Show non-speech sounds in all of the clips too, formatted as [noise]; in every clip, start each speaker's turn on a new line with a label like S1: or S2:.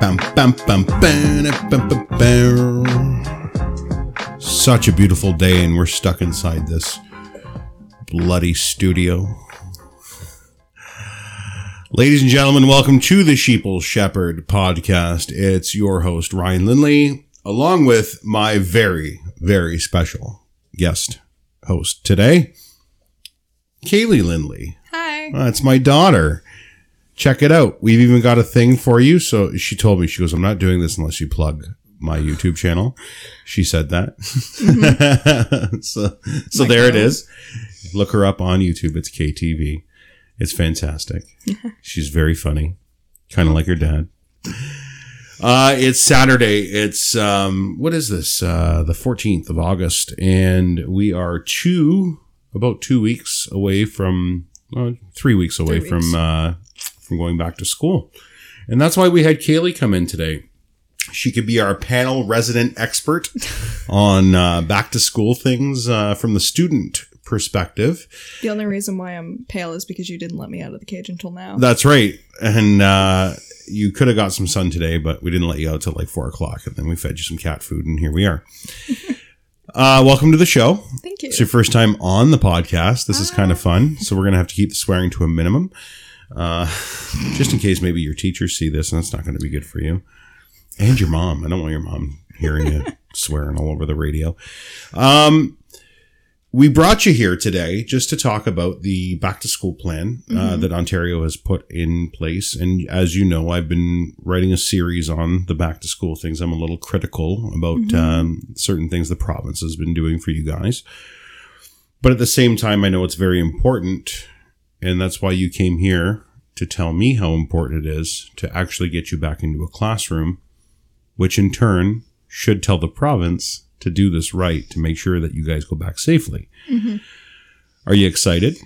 S1: Bum, bum, bum, bum, bum, bum. Such a beautiful day, and we're stuck inside this bloody studio. Ladies and gentlemen, welcome to the Sheeple Shepherd podcast. It's your host, Ryan Lindley, along with my very, very special guest host today, Kaylee Lindley.
S2: Hi.
S1: That's Uh, my daughter. Check it out. We've even got a thing for you. So she told me, she goes, I'm not doing this unless you plug my YouTube channel. She said that. [laughs] so so
S2: My
S1: there it
S2: God.
S1: is. Look her up on YouTube. It's KTV. It's
S2: [laughs]
S1: fantastic. She's very funny, kind of like her dad. Uh, it's Saturday. It's um, what is this? Uh, the fourteenth of August, and we are two about two weeks away from uh, three weeks away
S2: Three
S1: from
S2: weeks.
S1: Uh, from going back to school, and that's why we had Kaylee come in today. She could be our panel resident
S2: [laughs]
S1: expert on uh, back to school things uh, from the student perspective.
S2: The only reason why I'm pale is because you didn't let me out of the cage until now.
S1: That's right. And uh, you could have got some sun today, but we didn't let you out till like four o'clock, and then we fed you some cat food, and here we are. [laughs] uh, welcome to the show.
S2: Thank you.
S1: It's your first time on the podcast. This is kind of fun, so we're gonna have to keep the swearing to a minimum, uh, just in case maybe your teachers see this, and that's not going to be good for you, and your mom. I don't want your mom hearing you [laughs] swearing all over the radio. Um, we brought you here today just to talk about the back to school plan uh,
S2: Mhm.
S1: that Ontario has put in place. And as you know, I've been writing a series on the back to school things. I'm a little critical about
S2: Mhm.
S1: um, certain things the province has been doing for you guys. But at the same time, I know it's very important. And that's why you came here to tell me how important it is to actually get you back into a classroom, which in turn should tell the province to do this right to make sure that you guys go back safely.
S2: Mhm.
S1: Are you excited?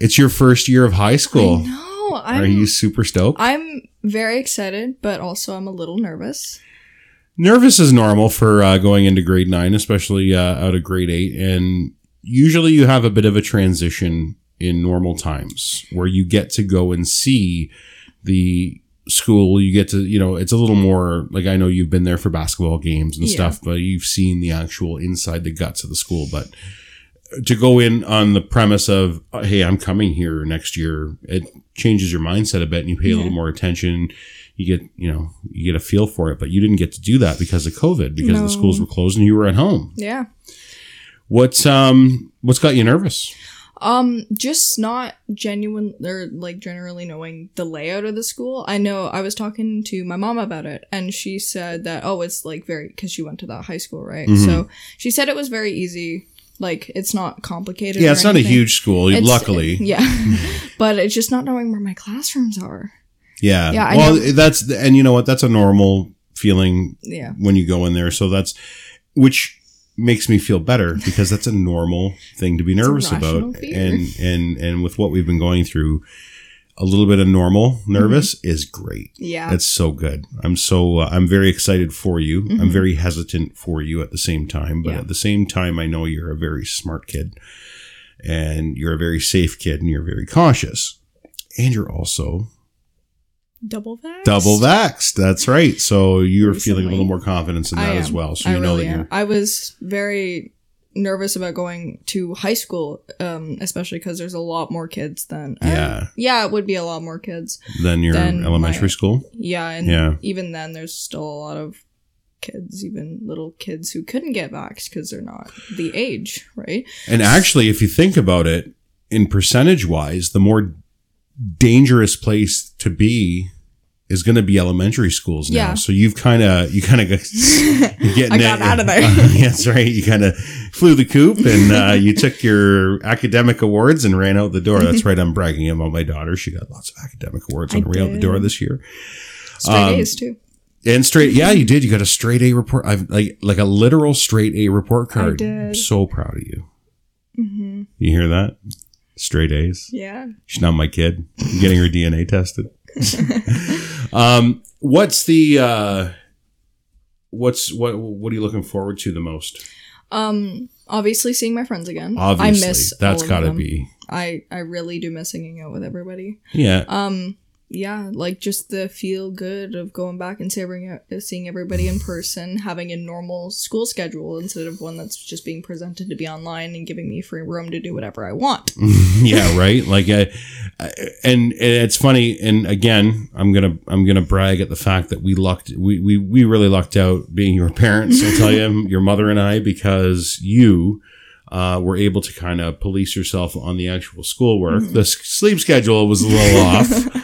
S1: It's your first year of high school.
S2: No, I'm.
S1: Are you super stoked?
S2: I'm very excited, but also I'm a little nervous.
S1: Nervous is normal for uh, going into grade nine, especially uh, out of grade eight. And usually you have a bit of a transition in normal times where you get to go and see the school. You get to, you know, it's a little more like I know you've been there for basketball games and
S2: Yeah.
S1: stuff, but you've seen the actual inside the guts of the school. But to go in on the premise of, hey, I'm coming here next year, it changes your mindset a bit and you pay a little
S2: Yeah.
S1: more attention you get you know you get a feel for it but you didn't get to do that because of covid because
S2: No.
S1: the schools were closed and you were at home
S2: Yeah.
S1: what's um what's got you nervous
S2: Um, just not genuine or like generally knowing the layout of the school. I know I was talking to my mom about it, and she said that oh, it's like very because she went to that high school, right?
S1: Mhm.
S2: So she said it was very easy. Like it's not complicated.
S1: yeah
S2: or
S1: it's not a
S2: anything.
S1: huge school
S2: It's- uh,
S1: luckily
S2: Yeah,
S1: [laughs]
S2: but it's just not knowing where my classrooms are.
S1: yeah,
S2: Yeah, I
S1: well
S2: know.
S1: that's the- and you know what that's a normal feeling
S2: Yeah.
S1: when you go in there so that's which makes me feel better because that's a normal thing to
S2: [laughs]
S1: be
S2: a
S1: nervous
S2: rational
S1: about
S2: fear.
S1: and and and with what we've been going through a little bit of normal nervous
S2: Mm-hmm.
S1: is great
S2: Yeah.
S1: That's so good. I'm so uh, I'm very excited for you. I'm
S2: Mhm.
S1: very hesitant for you at the same time, but
S2: Yeah.
S1: at the same time I know you're a very smart kid and you're a very safe kid and you're very cautious. And you're also
S2: double vax.
S1: double vaxxed. That's right. So you're feeling a little
S2: Recently.
S1: more confidence in
S2: I
S1: that
S2: am.
S1: as well. So
S2: I
S1: you know
S2: really
S1: that
S2: am.
S1: you're
S2: I was very nervous about going to high school, um, especially because there's a lot more kids than. uh,
S1: Yeah.
S2: yeah, it would be a lot more kids.
S1: then your
S2: Then
S1: elementary
S2: my-
S1: school.
S2: Yeah, and
S1: Yeah.
S2: even then, there's still a lot of kids, even little kids who couldn't get vaxxed because they're not the age, right? [laughs]
S1: And actually if you think about it, in percentage wise, the more dangerous place to be is going to be elementary schools now.
S2: Yeah.
S1: So you've kind of you kind of You're getting
S2: [laughs] I got
S1: it.
S2: out
S1: [laughs]
S2: of there.
S1: that's right. You kind of flew the coop and uh, you took your academic awards and ran out the door. That's right. I'm bragging about my daughter. She got lots of academic awards
S2: I
S1: on her way out the
S2: did.
S1: door this year.
S2: Straight
S1: Um,
S2: A's too.
S1: And straight, yeah, you did. You got a straight A report. I've like like a literal straight A report card.
S2: did.
S1: so proud of you.
S2: hmm
S1: You hear that? Straight A's.
S2: Yeah. [laughs]
S1: She's not my kid. I'm getting her DNA tested. um, what's the uh, what's what what are you looking forward to the most?
S2: Um. Obviously, seeing my friends again.
S1: Obviously,
S2: I miss.
S1: that's
S2: all of
S1: got to
S2: them.
S1: be.
S2: I I really do miss hanging out with everybody.
S1: Yeah,
S2: Um, yeah, like just the feel good of going back and saving it- seeing everybody in person, having a normal school schedule instead of one that's just being presented to be online and giving me free room to do whatever I want.
S1: [laughs] yeah, right. Like, I, I, and it's funny. And again, I'm gonna I'm gonna brag at the fact that we lucked we we, we really lucked out being your parents. I'll tell
S2: [laughs]
S1: you, your mother and I, because you uh, were able to kind of police yourself on the actual schoolwork.
S2: Mm-hmm.
S1: The s- sleep schedule was a
S2: [laughs]
S1: little off.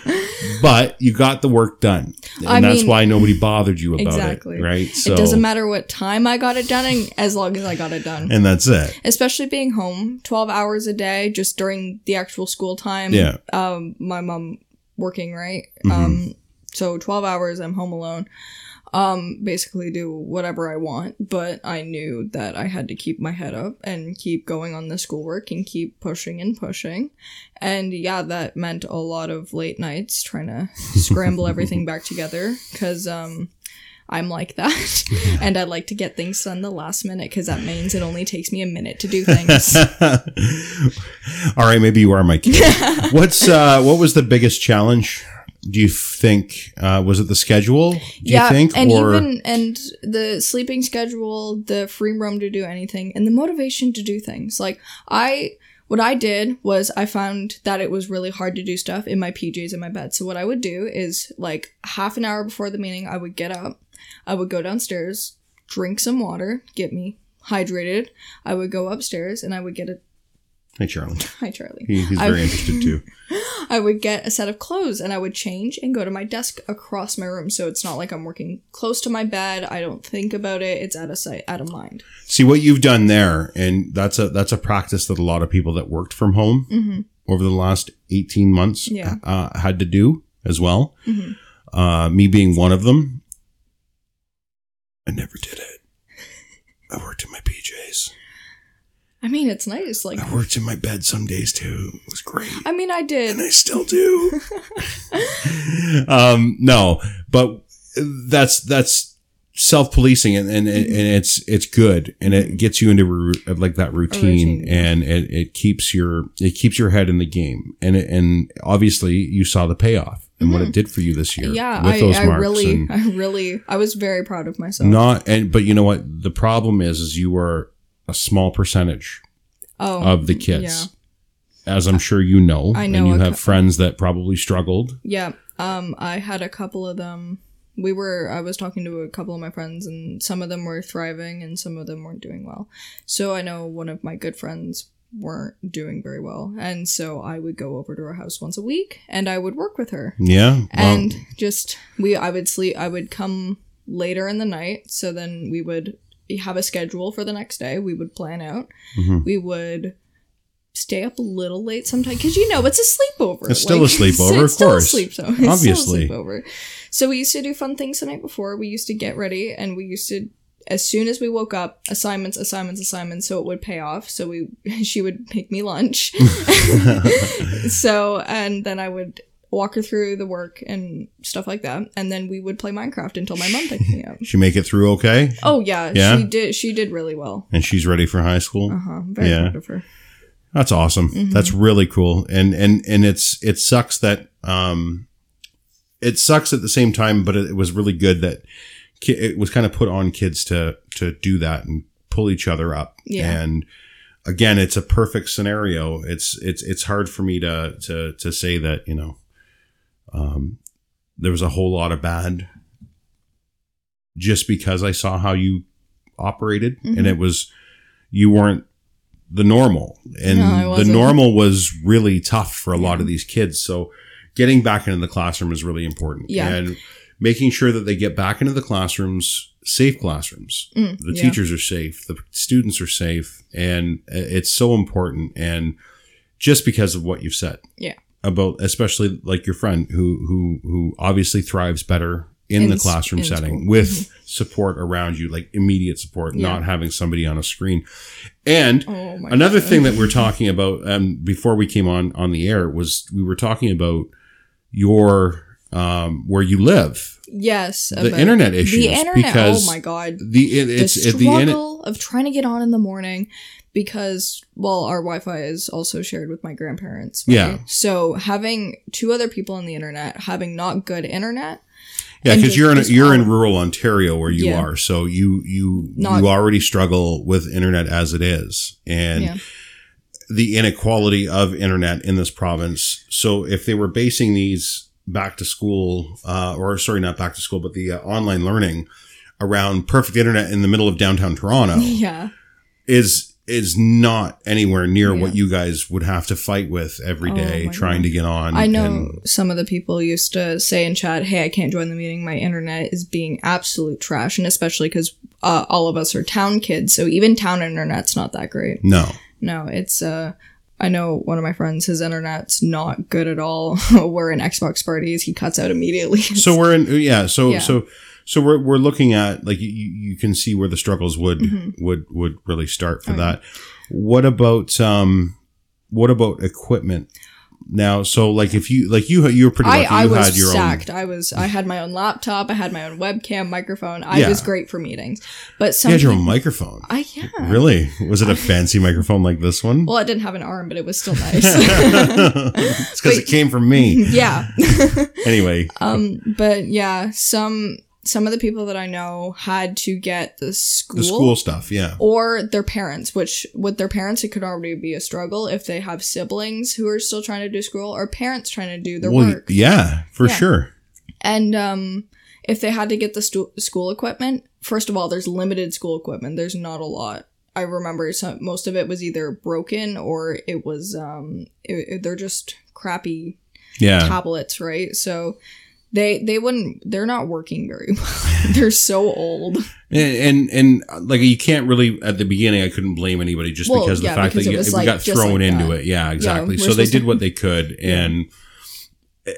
S1: But you got the work done, and
S2: I
S1: that's
S2: mean-
S1: why nobody bothered you about
S2: Exactly.
S1: it, right? So,
S2: It doesn't matter what time I got it done, and as long as I got it done.
S1: and that's it.
S2: Especially being home 12 hours a day just during the actual school time.
S1: Yeah.
S2: Um, my mom working, right?
S1: Mhm.
S2: Um, so 12 hours, I'm home alone. Um, basically do whatever I want, but I knew that I had to keep my head up and keep going on the schoolwork and keep pushing and pushing. And yeah, that meant a lot of late nights trying to scramble everything back together because um, I'm like that. and I like to get things done the last minute because that means it only takes me a minute to do things. [laughs]
S1: All right, maybe you are my kid. What's uh, what was the biggest challenge? Do you think uh, was it the schedule? Do you think
S2: and even and the sleeping schedule, the free room to do anything, and the motivation to do things. Like I, what I did was I found that it was really hard to do stuff in my PJs in my bed. So what I would do is like half an hour before the meeting, I would get up, I would go downstairs, drink some water, get me hydrated. I would go upstairs and I would get a [laughs]
S1: hey Charlie,
S2: hi Charlie.
S1: he, he's
S2: I-
S1: very interested too.
S2: I would get a set of clothes and I would change and go to my desk across my room. So it's not like I'm working close to my bed. I don't think about it. It's out of sight, out of mind.
S1: See what you've done there, and that's a that's a practice that a lot of people that worked from home
S2: Mhm.
S1: over the last eighteen months
S2: Yeah.
S1: uh, had to do as well.
S2: Mhm.
S1: Uh, me being one of them, I never did it. I worked in my PJs.
S2: I mean, it's nice. Like,
S1: I worked in my bed some days too. It was great.
S2: I mean, I did.
S1: and I still do. um, no, but that's that's self policing, and and, and it's it's good, and it gets you into ru- like that routine,
S2: routine, yeah.
S1: and it, it keeps your it keeps your head in the game, and it, and obviously you saw the payoff and what it did for you this year.
S2: Hmm. Yeah, I, I really,
S1: and
S2: [laughs] I really, I was very proud of myself.
S1: not and but you know what the problem is is you were a small percentage
S2: oh,
S1: of the kids. As I'm sure you know,
S2: I know
S1: and you
S2: a
S1: have
S2: cou-
S1: friends that probably struggled
S2: Yeah. Um, I had a couple of them. We were. I was talking to a couple of my friends, and some of them were thriving, and some of them weren't doing well. So I know one of my good friends weren't doing very well, and so I would go over to her house once a week, and I would work with her,
S1: Yeah. well,
S2: and just we. I would sleep. I would come later in the night, so then we would have a schedule for the next day. We would plan out.
S1: mhm.
S2: We would. Stay up a little late sometimes because you know it's a sleepover.
S1: It's still a sleepover,
S2: [laughs]
S1: of
S2: it's still a
S1: course.
S2: sleep zone. [laughs] It's still a
S1: Obviously.
S2: sleepover. So we used to do fun things the night before. We used to get ready and we used to as soon as we woke up, assignments, assignments, assignments, so it would pay off. So we [laughs] she would make me
S1: [laughs]
S2: lunch. [laughs] so and then I would walk her through the work and stuff like that. And then we would play Minecraft until my mom picked me up.
S1: She make it through okay,
S2: Oh yeah,
S1: Yeah?
S2: she did she did really well.
S1: and she's ready for high school.
S2: Uh-huh. I'm Very
S1: Yeah.
S2: proud of her.
S1: That's awesome.
S2: Mhm.
S1: That's really cool. And and and it's it sucks that um, it sucks at the same time, but it, it was really good that ki- it was kind of put on kids to to do that and pull each other up.
S2: Yeah.
S1: And again, it's a perfect scenario. It's it's it's hard for me to to to say that you know, um, there was a whole lot of bad just because I saw how you operated and
S2: Mhm.
S1: it was you weren't the normal and
S2: No, I
S1: the
S2: wasn't.
S1: normal was really tough for a lot of these kids so getting back into the classroom is really important
S2: Yeah.
S1: and making sure that they get back into the classrooms safe classrooms
S2: Mm,
S1: the
S2: yeah.
S1: teachers are safe the students are safe and it's so important and just because of what you've said
S2: Yeah.
S1: about especially like your friend who who who obviously thrives better in,
S2: In
S1: the
S2: s-
S1: classroom
S2: in
S1: setting
S2: school. Mm-hmm.
S1: with support around you like immediate support
S2: Yeah.
S1: not having somebody on a screen and
S2: Oh my
S1: another
S2: God.
S1: thing that we're talking about um, before we came on on the air was we were talking about your um, where you live
S2: Yes.
S1: the
S2: about-
S1: internet issues
S2: The internet.
S1: because
S2: oh my god.
S1: the it, it's
S2: the
S1: it, the in,
S2: struggle of trying to get on in the morning, because well our wi-fi is also shared with my grandparents
S1: Yeah.
S2: so having two other people on the internet having not good internet
S1: Yeah,
S2: And
S1: because
S2: just-
S1: you're in
S2: just
S1: you're in
S2: all-
S1: rural Ontario where you
S2: Yeah.
S1: are, so you you
S2: Not-
S1: you already struggle with internet as it is, and
S2: Yeah.
S1: the inequality of internet in this province. So if they were basing these back to school, uh, or sorry, not back to school, but the uh, online learning around perfect internet in the middle of downtown Toronto
S2: [laughs] yeah
S1: is is not anywhere near
S2: Yeah.
S1: what you guys would have to fight with every
S2: Oh
S1: day
S2: my
S1: trying
S2: God.
S1: to get on.
S2: i know
S1: and-
S2: some of the people used to say in chat hey i can't join the meeting my internet is being absolute trash and especially because uh, all of us are town kids so even town internet's not that great
S1: no,
S2: No, it's uh I know one of my friends, his internet's not good at all. [laughs] We're in Xbox parties, he cuts out
S1: [laughs]
S2: immediately.
S1: so we're in yeah so
S2: Yeah.
S1: so so we're, we're looking at like you, you can see where the struggles would
S2: Mhm.
S1: would would really start for
S2: Oh, yeah.
S1: that what about um what about equipment now so like if you like you you were pretty
S2: I,
S1: lucky
S2: I
S1: you
S2: was
S1: had your
S2: stacked. I was I had my own laptop, I had my own webcam, microphone. I
S1: Yeah.
S2: was great for meetings. But
S1: own
S2: some
S1: you had your own
S2: peop-
S1: microphone
S2: I yeah.
S1: really was it a fancy microphone like this one [laughs]
S2: Well, it didn't have an arm, but it was still nice. [laughs]
S1: it's because it
S2: Wait.
S1: came from me
S2: [laughs] yeah.
S1: anyway
S2: Um but yeah, some some of the people that I know had to get the school
S1: the school stuff yeah
S2: or their parents, which with their parents, it could already be a struggle if they have siblings who are still trying to do school or parents trying to do their work.
S1: yeah for
S2: Yeah.
S1: sure
S2: And um, if they had to get the stu- school equipment, first of all, there's limited school equipment, there's not a lot. I remember some, most of it was either broken or it was, um, it, it- they're just crappy
S1: yeah
S2: tablets, right? So. They, they wouldn't they're not working very [laughs] well. they're so old.
S1: And, and and like you can't really at the beginning I couldn't blame anybody just
S2: Well,
S1: because of the
S2: yeah,
S1: fact
S2: because
S1: that
S2: it
S1: you,
S2: was,
S1: we
S2: like,
S1: got
S2: just
S1: thrown
S2: like
S1: into
S2: that.
S1: it. Yeah, exactly.
S2: we're
S1: so they
S2: supposed
S1: did
S2: to-
S1: what they could
S2: Yeah.
S1: and uh,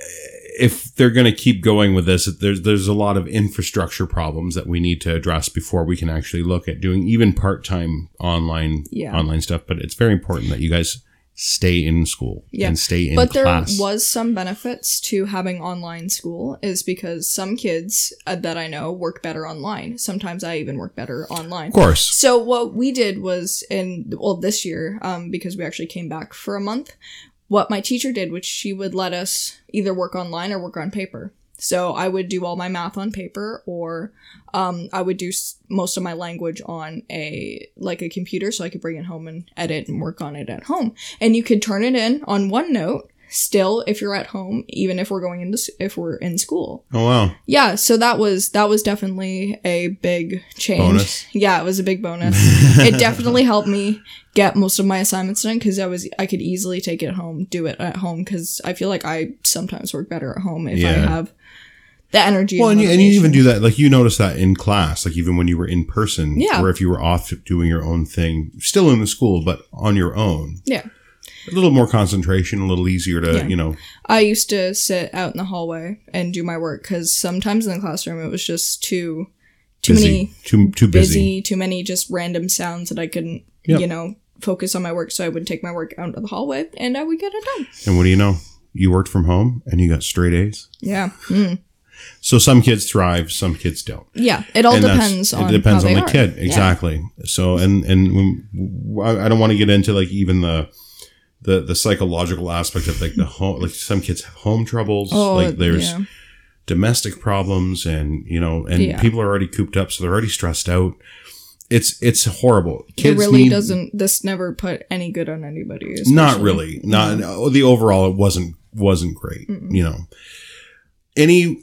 S1: if they're going to keep going with this there's there's a lot of infrastructure problems that we need to address before we can actually look at doing even part-time online
S2: Yeah.
S1: online stuff but it's very important that you guys stay in school
S2: Yeah.
S1: and stay in
S2: but there
S1: class.
S2: was some benefits to having online school is because some kids uh, that i know work better online sometimes i even work better online
S1: of course.
S2: so what we did was in well this year um, because we actually came back for a month what my teacher did which she would let us either work online or work on paper so i would do all my math on paper or um, i would do s- most of my language on a like a computer so i could bring it home and edit and work on it at home and you could turn it in on onenote still if you're at home even if we're going into s- if we're in school
S1: Oh wow.
S2: yeah so that was that was definitely a big change
S1: Bonus.
S2: yeah it was a big bonus
S1: [laughs]
S2: it definitely helped me get most of my assignments done because I was I could easily take it home, do it at home because I feel like I sometimes work better at home if I
S1: Yeah.
S2: have the energy.
S1: Well, and you, and you
S2: motivation.
S1: even do that, like you notice that in class, like even when you were in person,
S2: Yeah.
S1: or if you were off doing your own thing, still in the school, but on your own.
S2: Yeah.
S1: A little more concentration, a little easier to,
S2: Yeah.
S1: you know.
S2: I used to sit out in the hallway and do my work because sometimes in the classroom it was just too too
S1: busy,
S2: many
S1: Too, too
S2: busy.
S1: busy.
S2: too many just random sounds that I couldn't
S1: Yep.
S2: you know focus on my work. So I would take my work out into the hallway and I would get it done.
S1: And what do you know? You worked from home and you got straight A's.
S2: Yeah, Mm.
S1: So some kids thrive, some kids don't.
S2: yeah. It all
S1: and that's-
S2: depends on
S1: it depends
S2: how
S1: on
S2: they
S1: the
S2: are.
S1: kid
S2: Yeah.
S1: exactly so and and when, I, I don't want to get into like even the the the psychological aspect of like the home like some kids have home troubles
S2: Oh,
S1: like there's
S2: yeah.
S1: domestic problems and you know and
S2: Yeah.
S1: people are already cooped up so they're already stressed out it's it's horrible kids
S2: it really
S1: need,
S2: doesn't this never put any good on anybody
S1: not
S2: especially-
S1: really not the overall it wasn't wasn't great you know any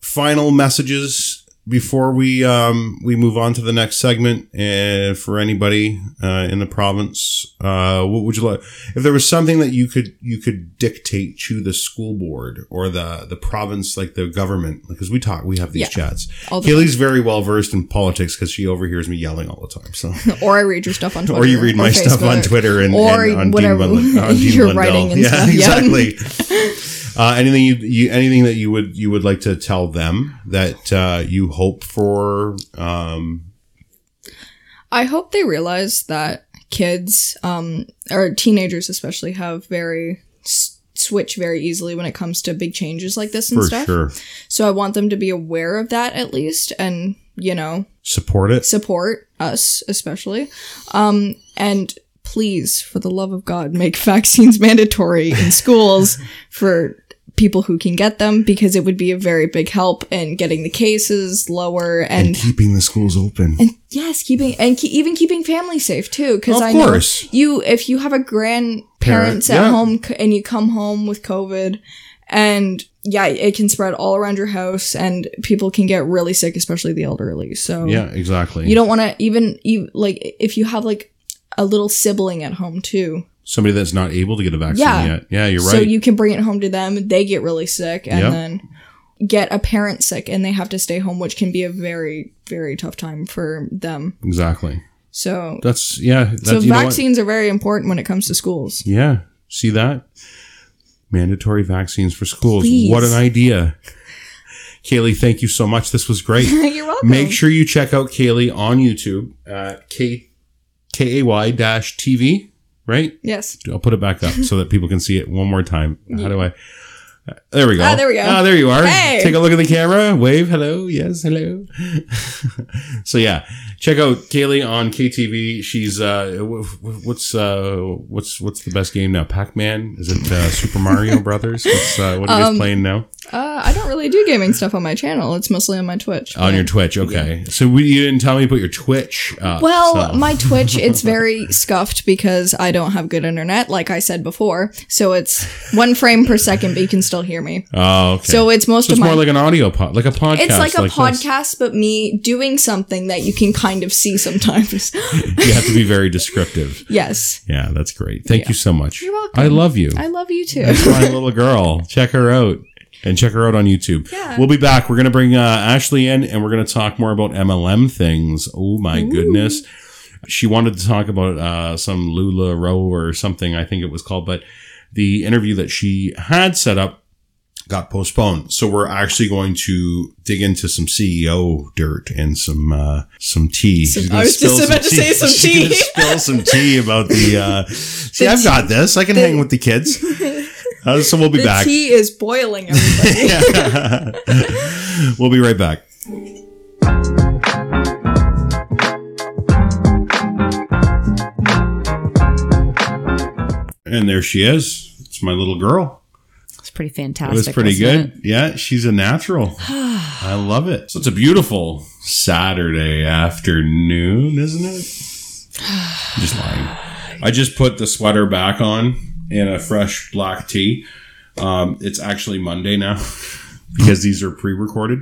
S1: final messages before we um we move on to the next segment uh, for anybody uh, in the province uh what would you like if there was something that you could you could dictate to the school board or the the province like the government because we talk we have these
S2: Yeah.
S1: chats
S2: all the,
S1: Kaylee's very well versed in politics because she overhears me yelling all the time so
S2: [laughs] or i read your stuff on
S1: [laughs]
S2: twitter
S1: or you read my stuff on
S2: Facebook.
S1: Twitter and,
S2: Or
S1: and on
S2: whatever
S1: Dean Bundle, on Dean
S2: [laughs] you're
S1: Blundell.
S2: writing and
S1: yeah,
S2: stuff, yeah.
S1: exactly.
S2: [laughs]
S1: uh, anything you, you anything that you would you would like to tell them that uh, you hope for? Um,
S2: i hope they realize that kids um or teenagers especially have very s- switch very easily when it comes to big changes like this and
S1: for
S2: stuff
S1: sure.
S2: so i want them to be aware of that at least and you know,
S1: Support it.
S2: support us especially. Um, and please, for the love of God, make [laughs] vaccines mandatory in schools for people who can get them because it would be a very big help in getting the cases lower and, [laughs]
S1: and keeping the schools open.
S2: and yes, keeping and ke- even keeping family safe too. Because
S1: Of
S2: I
S1: course.
S2: know you, if you have a
S1: Parent,
S2: grandparents at
S1: yeah.
S2: home c- and you come home with COVID, and yeah, it can spread all around your house, and people can get really sick, especially the elderly. So
S1: yeah, exactly.
S2: you don't want to even you like if you have like a little sibling at home too.
S1: Somebody that's not able to get a vaccine
S2: Yeah.
S1: yet. Yeah, you're right.
S2: So you can bring it home to them. They get really sick, and
S1: Yep.
S2: then get a parent sick, and they have to stay home, which can be a very very tough time for them.
S1: exactly.
S2: So
S1: That's yeah. That's,
S2: So
S1: you know what?
S2: vaccines are very important when it comes to schools. [laughs]
S1: Yeah. See that? Mandatory vaccines for schools.
S2: Please.
S1: What an idea. Kaylee, thank you so much. This was great.
S2: [laughs] You're welcome.
S1: Make sure you check out Kaylee on YouTube at K K A Y dash TV, right?
S2: yes.
S1: I'll put it back up so that people can see it one more time. How do I? uh, There we go.
S2: Ah, there we go.
S1: Ah, there you are.
S2: Hey.
S1: Take a look at the camera. Wave. Hello. Yes. Hello. [laughs] so yeah, check out Kaylee on KTV. She's uh, w- w- what's uh, what's what's the best game now? Pac Man? Is it uh, Super
S2: [laughs]
S1: Mario Brothers? What's, uh, what are
S2: Um,
S1: you guys playing now
S2: Uh, I don't really do gaming stuff on my channel. It's mostly on my Twitch.
S1: on your Twitch? Okay. So we, you didn't tell me you put your Twitch. Up,
S2: well,
S1: so-
S2: my
S1: [laughs]
S2: Twitch, it's very scuffed because I don't have good internet, like I said before. So it's one frame per second, but you can still hear me.
S1: oh, okay.
S2: So it's most
S1: So
S2: of
S1: it's
S2: my.
S1: more like an audio pod, like a podcast.
S2: it's like a
S1: this.
S2: podcast, but me doing something that you can kind of see sometimes. [laughs]
S1: You have to be very descriptive.
S2: yes.
S1: Yeah, that's great. Thank you so much.
S2: You're welcome.
S1: I love you.
S2: I love you too.
S1: That's
S2: [laughs]
S1: my little girl. Check her out and check her out on YouTube.
S2: Yeah.
S1: We'll be back. We're going to bring uh, Ashley in and we're going to talk more about MLM things. Oh my goodness. She wanted to talk about uh, some Lula Row or something, I think it was called, but the interview that she had set up got postponed. So we're actually going to dig into some CEO dirt and some uh, some tea.
S2: Some-
S1: She's gonna
S2: I was just
S1: spill
S2: about to say some
S1: [laughs] She's gonna
S2: tea.
S1: spill some tea about the. Uh, see,
S2: The
S1: I've
S2: tea-
S1: got this. I can hang with the
S2: [laughs]
S1: kids. Uh, so we'll be
S2: the
S1: back.
S2: tea is boiling, everybody.
S1: [laughs] we'll be right back. And there she is. It's my little girl.
S3: It's pretty
S1: It
S3: fantastic.
S1: was pretty
S3: wasn't
S1: good. Yeah, she's a [sighs] natural. I love it. So it's a beautiful Saturday afternoon, isn't it? I'm just lying. I just put the sweater back on in a fresh black tee. Um, it's actually Monday now [laughs] because these are pre-recorded,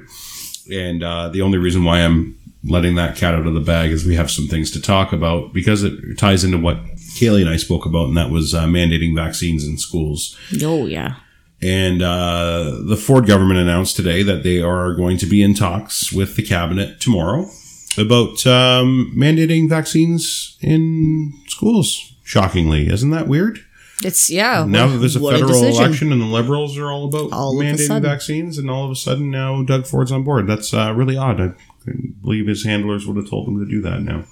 S1: and uh, the only reason why I'm letting that cat out of the bag is we have some things to talk about because it ties into what Kaylee and I spoke about, and that was uh, mandating vaccines in schools.
S3: it? Oh yeah.
S1: And uh, the Ford government announced today that they are going to be in talks with the cabinet tomorrow about um, mandating vaccines in schools. Shockingly, isn't that weird?
S3: It's yeah.
S1: Now that there's a
S3: what
S1: federal
S3: decision.
S1: election and the liberals are all about
S3: All of a
S1: mandating
S3: sudden.
S1: vaccines, and all of a sudden now Doug Ford's on board. That's uh, really odd. I couldn't believe his handlers would have told him to do that. Now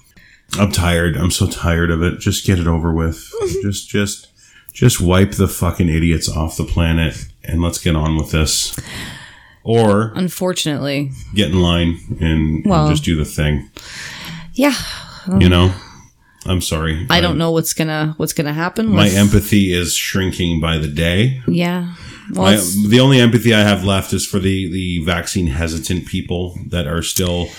S1: I'm tired. I'm so tired of it. Just get it over
S3: [laughs]
S1: with. just, just, just wipe the fucking idiots off the planet, and let's get on with this. Or
S3: Unfortunately,
S1: get in line and, and
S3: Well.
S1: just do the thing.
S3: yeah.
S1: You know. I'm sorry.
S3: I don't know what's gonna what's gonna happen.
S1: My
S3: with-
S1: empathy is shrinking by the day.
S3: yeah. Well,
S1: I,
S3: it's-
S1: the only empathy I have left is for the the vaccine hesitant people that are still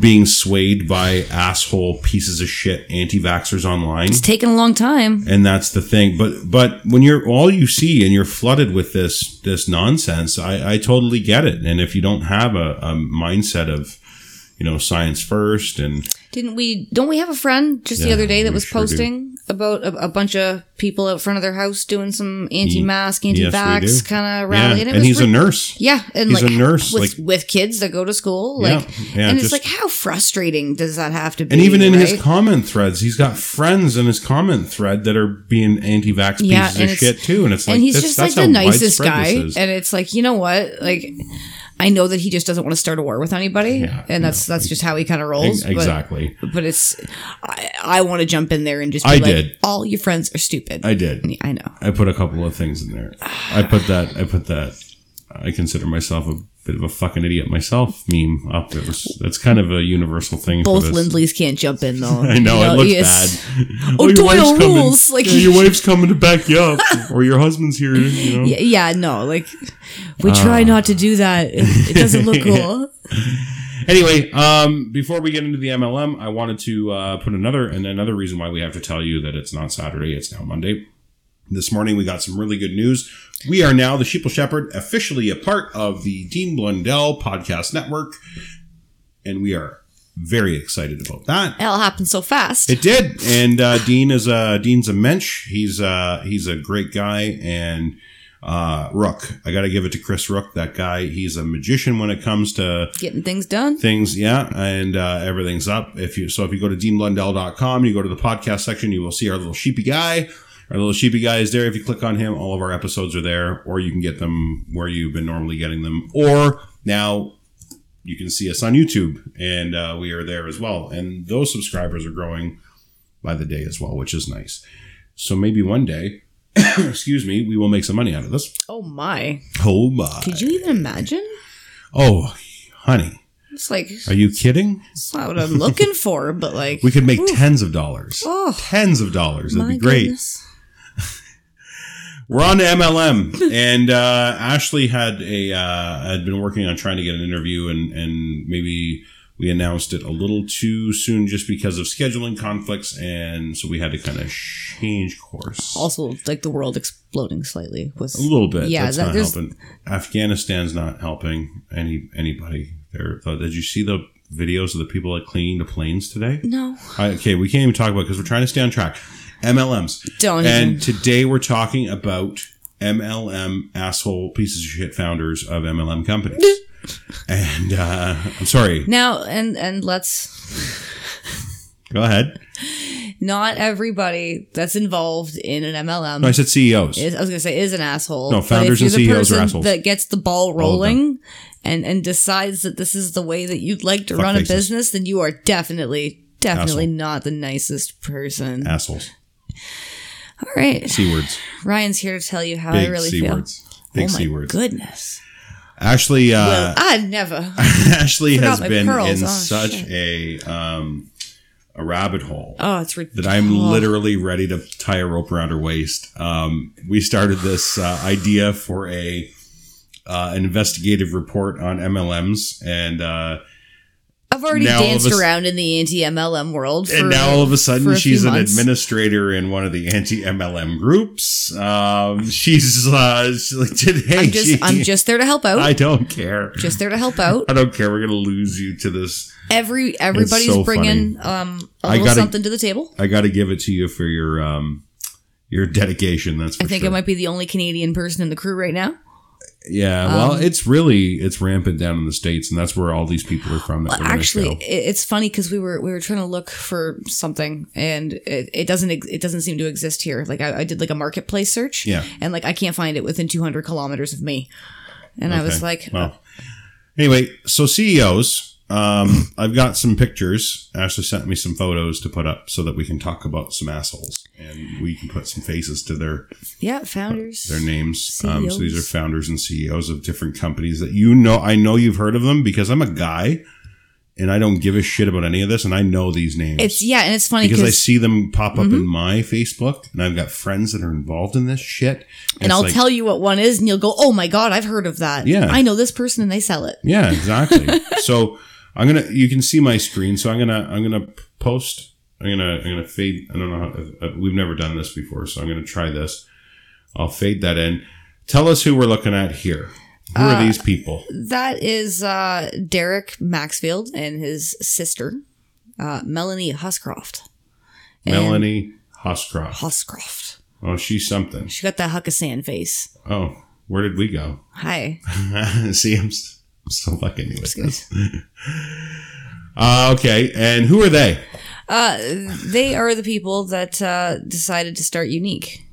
S1: being swayed by asshole pieces of shit anti-vaxxers online.
S3: it's taken a long time.
S1: And that's the thing. But but when you're all you see and you're flooded with this this nonsense, I, I totally get it. And if you don't have a, a mindset of you know science first and
S3: Didn't we? Don't we have a friend just the
S1: Yeah,
S3: other day that
S1: we
S3: was
S1: sure do.
S3: posting about a, a bunch of people out front of their house doing some anti-mask, anti-vax
S1: Yes, we do.
S3: kind of
S1: yeah,
S3: rally?
S1: and,
S3: it was
S1: he's
S3: re-
S1: a nurse.
S3: Yeah, and
S1: He's
S3: like
S1: a nurse,
S3: with,
S1: like-
S3: with kids that go to school,
S1: Yeah,
S3: like,
S1: yeah,
S3: and it's
S1: just-
S3: like how frustrating does that have to be?
S1: And even in
S3: right?
S1: his comment threads, he's got friends in his comment thread that are being anti-vax
S3: Yeah,
S1: pieces
S3: and
S1: of
S3: it's-
S1: shit too. And it's like
S3: and he's
S1: this-
S3: just like
S1: that's
S3: the
S1: how
S3: nicest
S1: widespread
S3: guy
S1: this is.
S3: and it's like you know what like i know that he just doesn't want to start a war with anybody
S1: Yeah,
S3: and that's that's just how he kind of rolls but-
S1: exactly.
S3: but, it's i, I want to jump in there and just be
S1: I
S3: like
S1: did.
S3: all your friends are stupid
S1: I did.
S3: I know
S1: I put a couple of things in there. I put that. I put that. I consider myself a bit of a fucking idiot myself meme up. It was, that's kind of a universal thing.
S3: Both
S1: for this.
S3: Lindleys can't jump in
S1: [laughs]
S3: though.
S1: I know it looks bad.
S3: [laughs] Oh,
S1: your
S3: Doyle
S1: wife's coming.
S3: rules, like-
S1: Yeah,
S3: [laughs]
S1: your wife's coming to back you up, or your husband's here. You know,
S3: Yeah, yeah, no, like we
S1: Ah.
S3: try not to do that. It, it
S1: [laughs]
S3: doesn't look cool.
S1: Anyway, um, before we get into the MLM, I wanted to uh, put another and another reason why we have to tell you that it's not Saturday; it's now Monday. This morning we got some really good news. We are now the Sheeple Shepherd, officially a part of the Dean Blundell Podcast Network, and we are very excited about that.
S3: It all happened so fast.
S1: It did, and uh, Dean is a Dean's a mensch. He's uh, he's a great guy, and uh, Rook. I got to give it to Chris Rook. That guy, he's a magician when it comes to
S3: Getting things done.
S1: things yeah and uh, everything's up if you so if you go to deanblundell.com you go to the podcast section you will see our little sheepy guy our little sheepy guy is there if you click on him all of our episodes are there or you can get them where you've been normally getting them or now you can see us on youtube and uh, we are there as well and those subscribers are growing by the day as well which is nice so maybe one day [coughs] excuse me we will make some money out of this
S3: Oh my!
S1: oh my
S3: Could you even imagine?
S1: oh honey
S3: It's like
S1: are you kidding
S3: it's not what I'm looking for, but like
S1: We could make tens of dollars.
S3: Oh.
S1: tens of dollars. That'd
S3: my
S1: be great.
S3: goodness.
S1: We're on to MLM, and uh, Ashley had a uh, had been working on trying to get an interview, and and maybe we announced it a little too soon just because of scheduling conflicts, and so we had to kind of change course
S3: Also, like the world exploding slightly was
S1: a little bit.
S3: Yeah,
S1: that's
S3: that-
S1: not
S3: there's-
S1: helping. Afghanistan's not helping any anybody there. Though, Did you see the videos of the people that cleaning the planes today?
S3: No,
S1: I, okay, we can't even talk about it because we're trying to stay on track. MLMs.
S3: Don't
S1: And
S3: even.
S1: today we're talking about MLM asshole pieces of shit founders of MLM
S3: [laughs]
S1: companies. and uh, I'm sorry.
S3: now and and let's
S1: Go ahead.
S3: not everybody that's involved in an MLM.
S1: No, I said E CEOs.
S3: is, I was gonna say is an asshole.
S1: No,
S3: but
S1: founders
S3: if
S1: and
S3: you're the
S1: CEOs are
S3: person
S1: assholes.
S3: That gets the ball
S1: of them.
S3: rolling and and decides that this is the way that you'd like to
S1: Fuck
S3: run a
S1: faces.
S3: business, then you are definitely definitely
S1: Asshole.
S3: not the nicest person.
S1: Assholes.
S3: All right,
S1: C words.
S3: Ryan's here to tell you how
S1: Big
S3: I really
S1: C
S3: feel.
S1: words. Big
S3: oh my
S1: C words.
S3: goodness!
S1: Ashley, uh,
S3: well, I never.
S1: [laughs] Ashley
S3: forgot
S1: has
S3: my
S1: been
S3: pearls.
S1: in
S3: Oh,
S1: such
S3: shit.
S1: a um, a rabbit hole.
S3: Oh, it's ridiculous.
S1: that I'm literally ready to tie a rope around her waist. Um, we started this uh, idea for a uh, investigative report on MLMs, and uh,
S3: I've already
S1: now all of
S3: danced
S1: a s-
S3: around in the anti MLM world. For,
S1: and now all of a sudden
S3: for few
S1: she's an
S3: months.
S1: administrator in one of the anti MLM groups. Um, she's, uh, she's like today.
S3: I'm just
S1: she-
S3: I'm just there to help out.
S1: [laughs] I don't care.
S3: just there to help out.
S1: [laughs] I don't care. We're gonna lose you to this.
S3: Every everybody's
S1: so
S3: bringing um a
S1: I
S3: little
S1: gotta-
S3: something to the table.
S1: I got to give it to you for your um, your dedication. That's for
S3: I think
S1: sure.
S3: I might be the only Canadian person in the crew right now.
S1: Yeah, well, it's really it's rampant down in the states, and that's where all these people are from. That we're
S3: Actually,
S1: actually,
S3: it- it's funny because we were we were trying to look for something, and it, it doesn't ex- it doesn't seem to exist here. Like I, I did like a marketplace search,
S1: Yeah.
S3: and like I can't find it within 200 kilometers of me. And I was like,
S1: well, anyway, so CEOs, um, I've got some pictures. Ashley sent me some photos to put up so that we can talk about some assholes and we can put some faces to their
S3: yeah, founders.
S1: their names. Um, so these are
S3: CEOs.
S1: founders and CEOs of different companies that you know. I know you've heard of them because I'm a guy, and I don't give a shit about any of this, and I know these names.
S3: It's yeah, and it's funny
S1: because I
S3: because
S1: see them pop up
S3: Mm-hmm.
S1: in my Facebook, and I've got friends that are involved in this shit.
S3: and
S1: it's
S3: I'll
S1: like,
S3: tell you what one is, and you'll go, "Oh my god, I've heard of that."
S1: Yeah.
S3: I know this person, and they sell it. [laughs]
S1: Yeah, exactly. so I'm gonna. You can see my screen. So I'm gonna. I'm gonna post. I'm gonna. I'm gonna fade. I don't know. How, uh, we've never done this before, so I'm gonna try this. I'll fade that in. Tell us who we're looking at here. Who
S3: Uh,
S1: are these people?
S3: That is uh, Derek Maxfield and his sister, uh, Melanie Huscroft. And-
S1: Melanie Hoscroft.
S3: Huscroft.
S1: Oh, she's something.
S3: She got that huck of sand face.
S1: Oh, where did we go?
S3: Hi.
S1: [laughs] see, I'm, s- I'm so fucking with this. [laughs] Uh, okay, and who are they?
S3: Uh, they are the people that uh, decided to start Unique.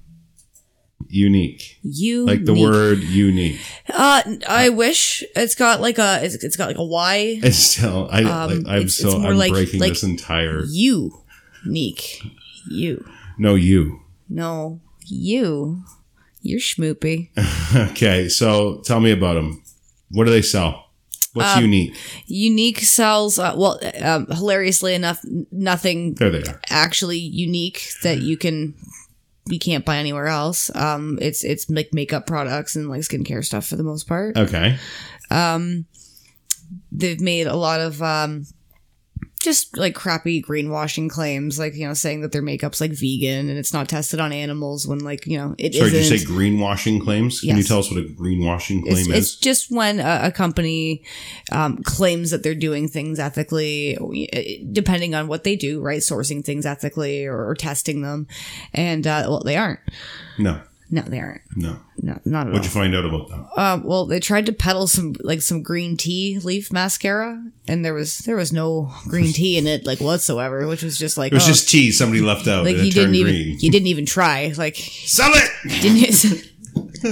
S1: Unique,
S3: Unique.
S1: like the word unique. [laughs]
S3: Uh, I wish it's got like a it's, it's got like a Y.
S1: It's still, I, like, I'm
S3: Um, it's-
S1: still,
S3: it's more
S1: I'm
S3: like-
S1: breaking
S3: like-
S1: this entire.
S3: Unique. You.
S1: No, you. [laughs]
S3: No, you. You're schmoopy.
S1: Okay, so tell me about them. What do they sell?
S3: Um,
S1: What's unique?
S3: unique cells uh, well um, hilariously enough n- nothing
S1: There they are.
S3: actually unique that you can you can't buy anywhere else um it's it's like makeup products and like skincare stuff for the most part
S1: Okay.
S3: um they've made a lot of um just like crappy greenwashing claims like you know saying that their makeup's like vegan and it's not tested on animals when like you know it
S1: Sorry, did
S3: not
S1: you say greenwashing claims? Can you
S3: Yes.
S1: tell us what a greenwashing claim
S3: it's,
S1: is?
S3: it's just when a, a company um, claims that they're doing things ethically, eh, depending on what they do, right? Sourcing things ethically or, or testing them, and uh, well, they aren't.
S1: no,
S3: No, they aren't.
S1: no.
S3: No, not at
S1: What'd you
S3: all.
S1: find out about that?
S3: Uh, well, they tried to peddle some like some green tea leaf mascara, and there was there was no green tea in it like whatsoever, which was just like
S1: It was
S3: oh,
S1: just tea somebody left out
S3: like
S1: and
S3: you
S1: it turned
S3: didn't even [laughs]
S1: green.
S3: you didn't even try like
S1: Sell it!
S3: didn't.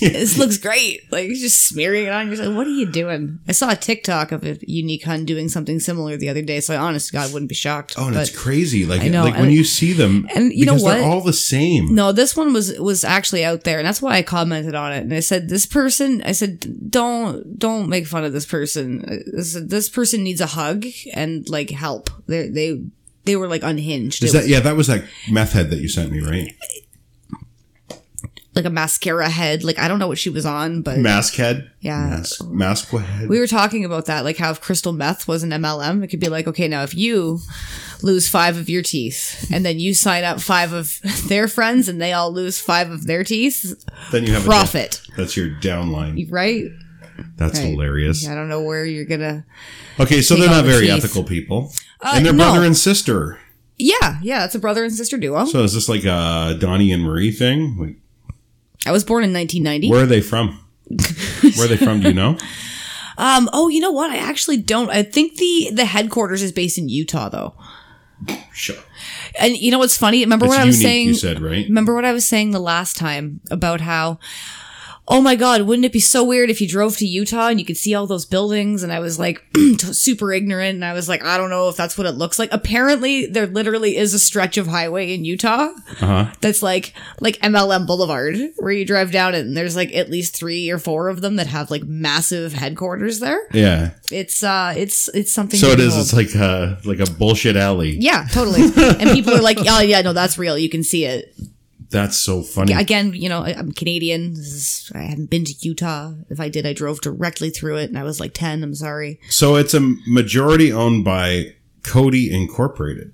S3: this looks great. Like you're just smearing it on yourself. What are you doing? I saw a TikTok of a unique hun doing something similar the other day, so I honest to God wouldn't be shocked.
S1: Oh, and
S3: but
S1: it's crazy. Like,
S3: I know,
S1: like
S3: and-
S1: when you see them,
S3: and you know
S1: because they're
S3: what?
S1: all the same.
S3: no, this one was was actually out there, and that's why I commented on it. And I said, "This person," I said, "Don't don't make fun of this person. I said, this person needs a hug and like help. They they they were like unhinged.
S1: Is
S3: It was
S1: that yeah? That was that meth head that you sent me,
S3: [laughs]
S1: right?
S3: like a mascara head. Like I don't know what she was on, but
S1: Mask head.
S3: Yeah.
S1: Mask, mask head.
S3: We were talking about that, like how if crystal meth was an MLM, it could be like, okay, now if you lose five of your teeth and then you sign up five of [laughs] their friends and they all lose five of their teeth,
S1: then you have
S3: profit,
S1: A, that's your downline.
S3: right?
S1: That's
S3: Right.
S1: hilarious.
S3: I don't know where you're gonna.
S1: Okay, so
S3: Take
S1: they're
S3: all
S1: not
S3: the
S1: very
S3: teeth.
S1: ethical people,
S3: Uh,
S1: and they're
S3: no.
S1: brother and sister.
S3: Yeah, yeah, it's a brother and sister duo.
S1: So is this like a Donnie and Marie thing? Like,
S3: I was born in 1990.
S1: where are they from?
S3: [laughs]
S1: where are they from? Do you know?
S3: Um, oh, you know what? I actually don't. I think the the headquarters is based in Utah, though.
S1: Sure.
S3: And you know what's funny? Remember
S1: It's
S3: what
S1: unique.
S3: I was saying?
S1: you said
S3: [laughs]
S1: right.
S3: Remember what I was saying the last time about how, oh my God, wouldn't it be so weird if you drove to Utah and you could see all those buildings? And I was like, [clears throat] t- super ignorant. And I was like, I don't know if that's what it looks like. Apparently, there literally is a stretch of highway in Utah
S1: Uh huh.
S3: that's like, like MLM Boulevard, where you drive down it and there's like at least three or four of them that have like massive headquarters there.
S1: Yeah.
S3: It's, uh, it's, it's something.
S1: So
S3: to
S1: it is.
S3: behold.
S1: It's like a like a bullshit alley.
S3: yeah, totally.
S1: [laughs]
S3: and people are like, oh yeah, no, that's real. You can see it.
S1: That's so funny.
S3: again, you know, I- I'm Canadian. This is, I haven't been to Utah. If I did, I drove directly through it, and I was like ten. I'm sorry.
S1: so it's a majority owned by Cody Incorporated.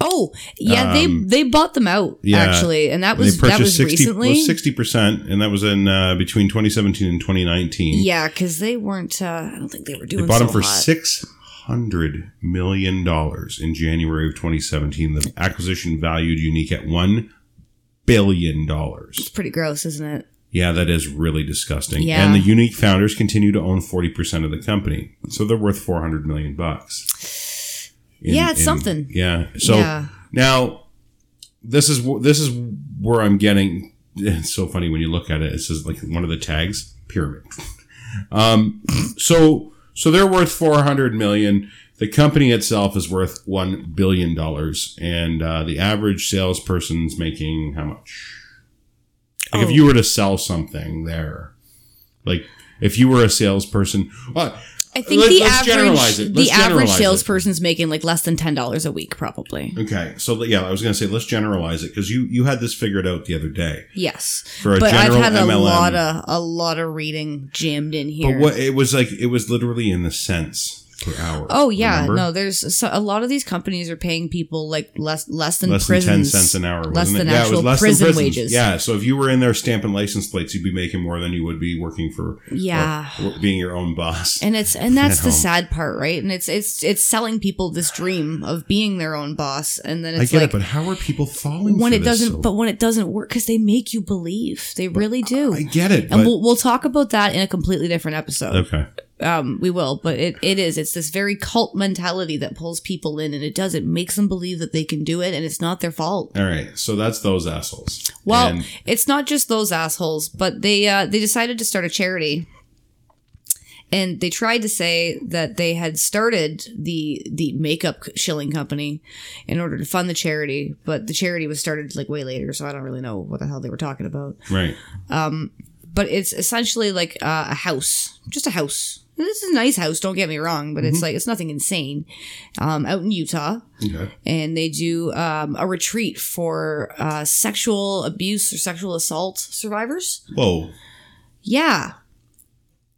S3: Oh, yeah, they they bought them out
S1: Um, yeah.
S3: actually, and that
S1: And
S3: was that was recently.
S1: sixty percent, and that was in uh, between 2017 and 2019.
S3: yeah, because they weren't. Uh, I don't think they were doing.
S1: They bought
S3: so
S1: them for
S3: hot.
S1: six hundred million dollars in January of 2017. The acquisition valued Unique at one billion dollars.
S3: Pretty gross, isn't it?
S1: Yeah, that is really disgusting.
S3: Yeah.
S1: And the Unique founders continue to own 40 percent of the company, so they're worth 400 million bucks. In-
S3: Yeah, it's
S1: in-
S3: something.
S1: Yeah. So
S3: Yeah.
S1: now this is wh- this is where I'm getting. It's so funny when you look at it. It says like one of the tags pyramid. [laughs] Um, so so they're worth four hundred million. The company itself is worth one billion dollars, and uh, the average salesperson's making how much? Like if
S3: Oh.
S1: you were to sell something there, like if you were a salesperson, uh,
S3: I think
S1: Let-
S3: the
S1: let's generalize
S3: average
S1: it.
S3: the
S1: Let's
S3: average
S1: generalize it.
S3: salesperson's making like less than ten dollars a week, probably.
S1: okay. So yeah, I was gonna say let's generalize it because you you had this figured out the other day
S3: Yes,
S1: for a
S3: but I've
S1: general
S3: had a
S1: MLM.
S3: lot of a lot of reading jammed in here.
S1: But what it was like, it was literally in the cents per hour.
S3: Oh yeah,
S1: remember?
S3: no. There's so, a lot of these companies are paying people like less less than
S1: less
S3: prisons,
S1: than ten cents an hour. Wasn't
S3: less
S1: it?
S3: than
S1: yeah, it
S3: actual
S1: was less
S3: prison
S1: than prisons.
S3: wages.
S1: Yeah, so if you were in there stamping license plates, you'd be making more than you would be working for.
S3: Yeah.
S1: or being your own boss.
S3: and it's and that's
S1: At
S3: the
S1: home.
S3: sad part, right? And it's it's it's selling people this dream of being their own boss, and then
S1: I
S3: it's
S1: get
S3: like
S1: it, but how are people falling
S3: when
S1: for
S3: it
S1: this
S3: doesn't,
S1: so-
S3: but when it doesn't work, because they make you believe, they really do.
S1: I get it.
S3: and
S1: but-
S3: we'll, we'll talk about that in a completely different episode.
S1: okay,
S3: um we will but it, it is it's this very cult mentality that pulls people in and it does it makes them believe that they can do it and it's not their fault
S1: all right. So that's those assholes.
S3: well
S1: And-
S3: it's not just those assholes but they uh they decided to start a charity and they tried to say that they had started the the makeup shilling company in order to fund the charity but the charity was started like way later so i don't really know what the hell they were talking about
S1: right.
S3: but it's essentially like uh, a house, just a house. This is a nice house, don't get me wrong, but it's like it's nothing insane. Um, out in Utah,
S1: Okay.
S3: and they do um, a retreat for uh, sexual abuse or sexual assault survivors.
S1: Whoa.
S3: Yeah.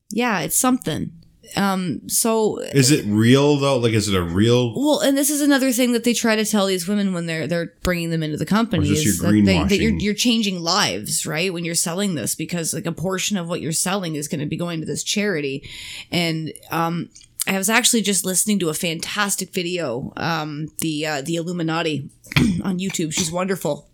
S3: Yeah, it's something. Um, so
S1: Is it real though? Like, is it a real?
S3: well, and this is another thing that they try to tell these women when they're they're bringing them into the company
S1: Or is this
S3: is
S1: your
S3: that, they, that you're
S1: greenwashing?
S3: you're changing lives, right? When you're selling this, because like a portion of what you're selling is going to be going to this charity, and um, I was actually just listening to a fantastic video, um, the uh, the Illuminati [clears throat] on YouTube. She's wonderful.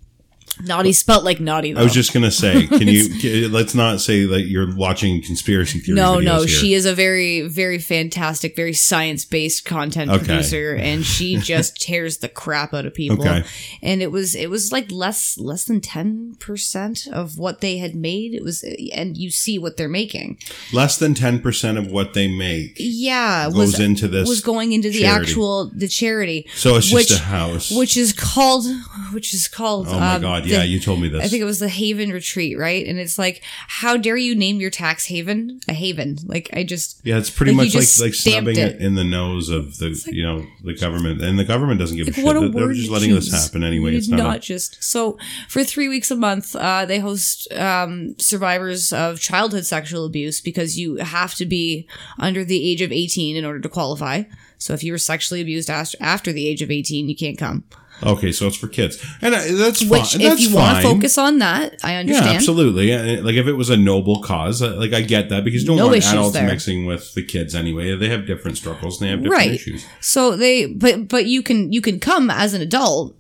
S3: Naughty spelt like naughty. Though.
S1: I was just gonna say, can
S3: [laughs]
S1: you can- let's not say that you're watching conspiracy theories?
S3: No, no, she is a very, very fantastic, very science based content
S1: Okay.
S3: producer,
S1: [laughs]
S3: and she just tears the crap out of people.
S1: Okay.
S3: And it was, it was like less, less than ten percent of what they had made. It was, and you see what they're making.
S1: less than ten percent of what they make
S3: Yeah,
S1: goes
S3: was
S1: into this.
S3: was going into the
S1: charity.
S3: actual the charity,
S1: so it's just
S3: which-
S1: a house.
S3: which is called, which is called.
S1: oh my
S3: um,
S1: god!
S3: the-
S1: Yeah, you told me this.
S3: I think it was the Haven Retreat, right? And it's like, how dare you name your tax haven a haven? Like, I just
S1: yeah, it's pretty
S3: like, you
S1: much like
S3: just
S1: like
S3: stamped
S1: snubbing it.
S3: it.
S1: in the nose of the you know the government, and the government doesn't give a shit.
S3: What a
S1: They're- They're
S3: word
S1: just
S3: to
S1: letting
S3: choose.
S1: this happen anyway.
S3: You
S1: It's
S3: did
S1: not.
S3: not,
S1: a-
S3: just so for three weeks a month. Uh, they host um, survivors of childhood sexual abuse because you have to be under the age of eighteen in order to qualify. So if you were sexually abused as- after the age of eighteen, you can't come.
S1: okay, so it's for kids, and I, that's
S3: Which,
S1: fine.
S3: if
S1: That's
S3: you want
S1: fine.
S3: to focus on that, I
S1: yeah,
S3: understand.
S1: absolutely. Yeah, Like if it was a noble cause, uh, like I get that because you don't
S3: No
S1: want
S3: issues
S1: adults
S3: there.
S1: mixing with the kids anyway. They have different struggles and they have different
S3: Right.
S1: issues.
S3: So they, but but you can you can come as an adult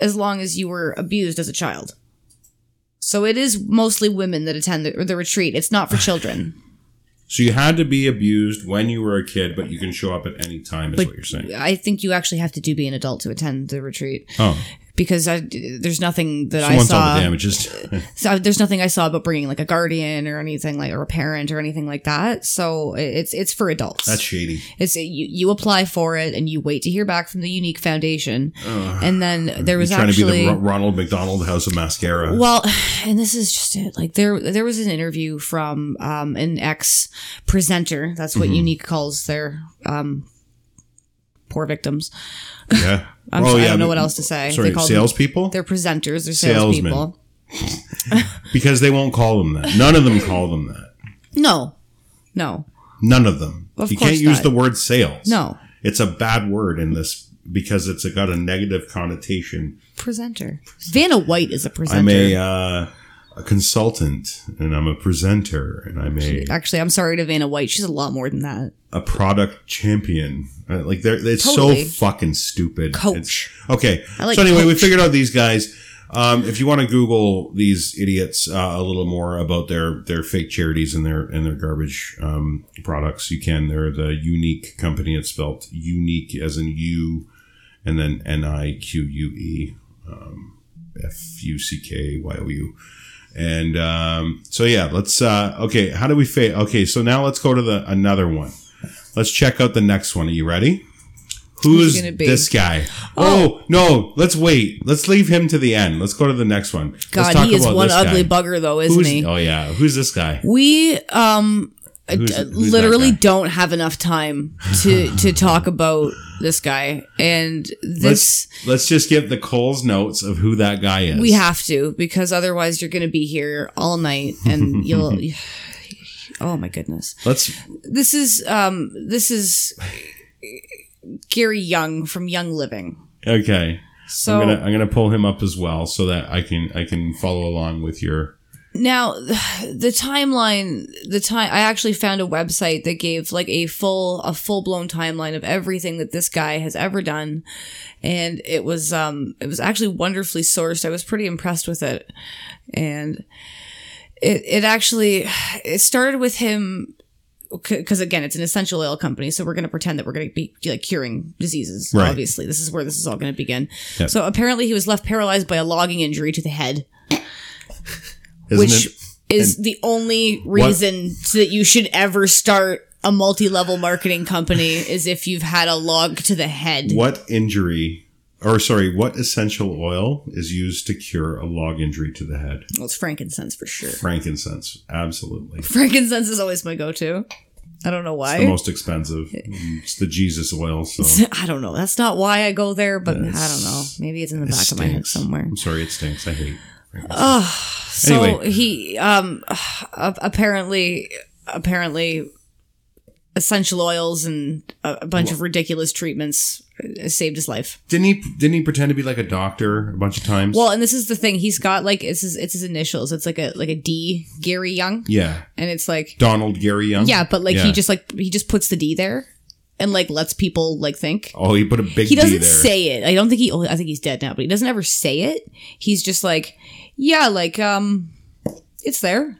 S3: as long as you were abused as a child. So it is mostly women that attend the, the retreat. It's
S1: [sighs]
S3: not for children.
S1: So you had to be abused when you were a kid, but you can show up at any time. Is what you're saying?
S3: I think you actually have to do be an adult to attend the retreat
S1: Oh,
S3: because I, there's nothing that
S1: someone
S3: I
S1: saw
S3: saw.
S1: the damages.
S3: so there's nothing I saw about bringing like a guardian or anything like or a parent or anything like that. So it's it's for adults.
S1: [laughs] That's shady.
S3: it's you, you apply for it and you wait to hear back from the Unique Foundation, and then there was
S1: You're trying
S3: actually
S1: to be the Ro- Ronald McDonald House of Mascara.
S3: Well, [sighs] and this is just it. Like there, there was an interview from um, an ex presenter. That's
S1: Mm-hmm.
S3: what Unique calls their um, poor victims.
S1: Oh, yeah.
S3: I'm sorry, I don't know what else to say.
S1: Sorry,
S3: they called them-
S1: salespeople?
S3: They're presenters. They're
S1: Salesmen.
S3: salespeople.
S1: because they won't call them that. None of them call them that.
S3: No, no,
S1: None of them.
S3: Of
S1: you can't
S3: course
S1: use
S3: not.
S1: the word sales.
S3: no.
S1: It's a bad word in this because it's got a negative connotation.
S3: Presenter. Vanna White is a
S1: I'm
S3: presenter.
S1: a, uh, a consultant and I'm a presenter and I'm a,
S3: Actually, I'm sorry to Vanna White. She's a lot more than that.
S1: a product champion. Uh, like they're, it's
S3: Totally.
S1: so fucking stupid.
S3: Coach.
S1: It's- okay.
S3: I like
S1: so anyway, we
S3: coach.
S1: figured out these guys. Um, if you want to Google these idiots uh, a little more about their their fake charities and their and their garbage um, products, you can. They're the Unique company. It's spelled Unique as in U, and then N I Q U E, um, F U C K Y O U. And um, so yeah, let's. Uh, okay, how do we fade? Okay, so now let's go to the another one. Let's check out the next one. Are you ready? Who's
S3: it gonna be?
S1: this guy? Oh. no! Let's wait. Let's leave him to the end. Let's go to the next one. Let's
S3: God,
S1: talk
S3: he is
S1: about
S3: one
S1: this
S3: ugly
S1: guy.
S3: bugger, though, isn't
S1: Who's,
S3: he?
S1: Oh yeah, who's this guy?
S3: We um
S1: Who's-
S3: d-
S1: who's that
S3: literally
S1: guy?
S3: don't have enough time
S1: [laughs]
S3: to to talk about this guy and this.
S1: Let's let's just give the Cole's notes of who that guy is.
S3: we have to because otherwise you're going to be here all night
S1: [laughs]
S3: and you'll. [sighs] oh my goodness.
S1: Let's
S3: this is um this is Gary Young from Young Living.
S1: okay.
S3: So
S1: I'm gonna I'm gonna pull him up as well so that I can I can follow along with your.
S3: now [sighs] the timeline the time I actually found a website that gave like a full a full-blown timeline of everything that this guy has ever done and it was um it was actually wonderfully sourced. I was pretty impressed with it. And it it actually [sighs] it started with him because again it's an essential oil company so we're going to pretend that we're going to be like curing diseases
S1: Right.
S3: obviously this is where this is all going to begin
S1: Yeah.
S3: so apparently he was left paralyzed by a logging injury to the head
S1: Isn't
S3: which
S1: it-
S3: is the only reason that you should ever start a multi-level marketing company is if you've had a log to the head
S1: What injury or sorry, what essential oil is used to cure a log injury to the head?
S3: Well, it's frankincense for sure.
S1: Frankincense, absolutely. It's
S3: Frankincense is always my go-to. I don't know why.
S1: the most expensive. It's the Jesus oil. So
S3: [laughs] I don't know. That's not why I go there, but I don't know. Maybe it's in the
S1: it
S3: back of my head
S1: stinks.
S3: somewhere.
S1: I'm sorry, it stinks. I hate. frankincense.
S3: So
S1: Anyway.
S3: he um a- apparently apparently essential oils and a, a bunch of ridiculous treatments uh, saved his life.
S1: didn't he? Didn't he pretend to be like a doctor a bunch of times?
S3: Well, and this is the thing. He's got like it's his, it's his initials. It's like a like a D Gary Young,
S1: yeah,
S3: and it's like
S1: Donald Gary Young.
S3: yeah, but like
S1: Yeah.
S3: he just like he just puts the D there and like lets people like think.
S1: Oh, he put a big.
S3: He
S1: D
S3: doesn't
S1: there.
S3: say it. I don't think he. Oh, I think he's dead now, but he doesn't ever say it. He's just like, yeah, like um, it's there.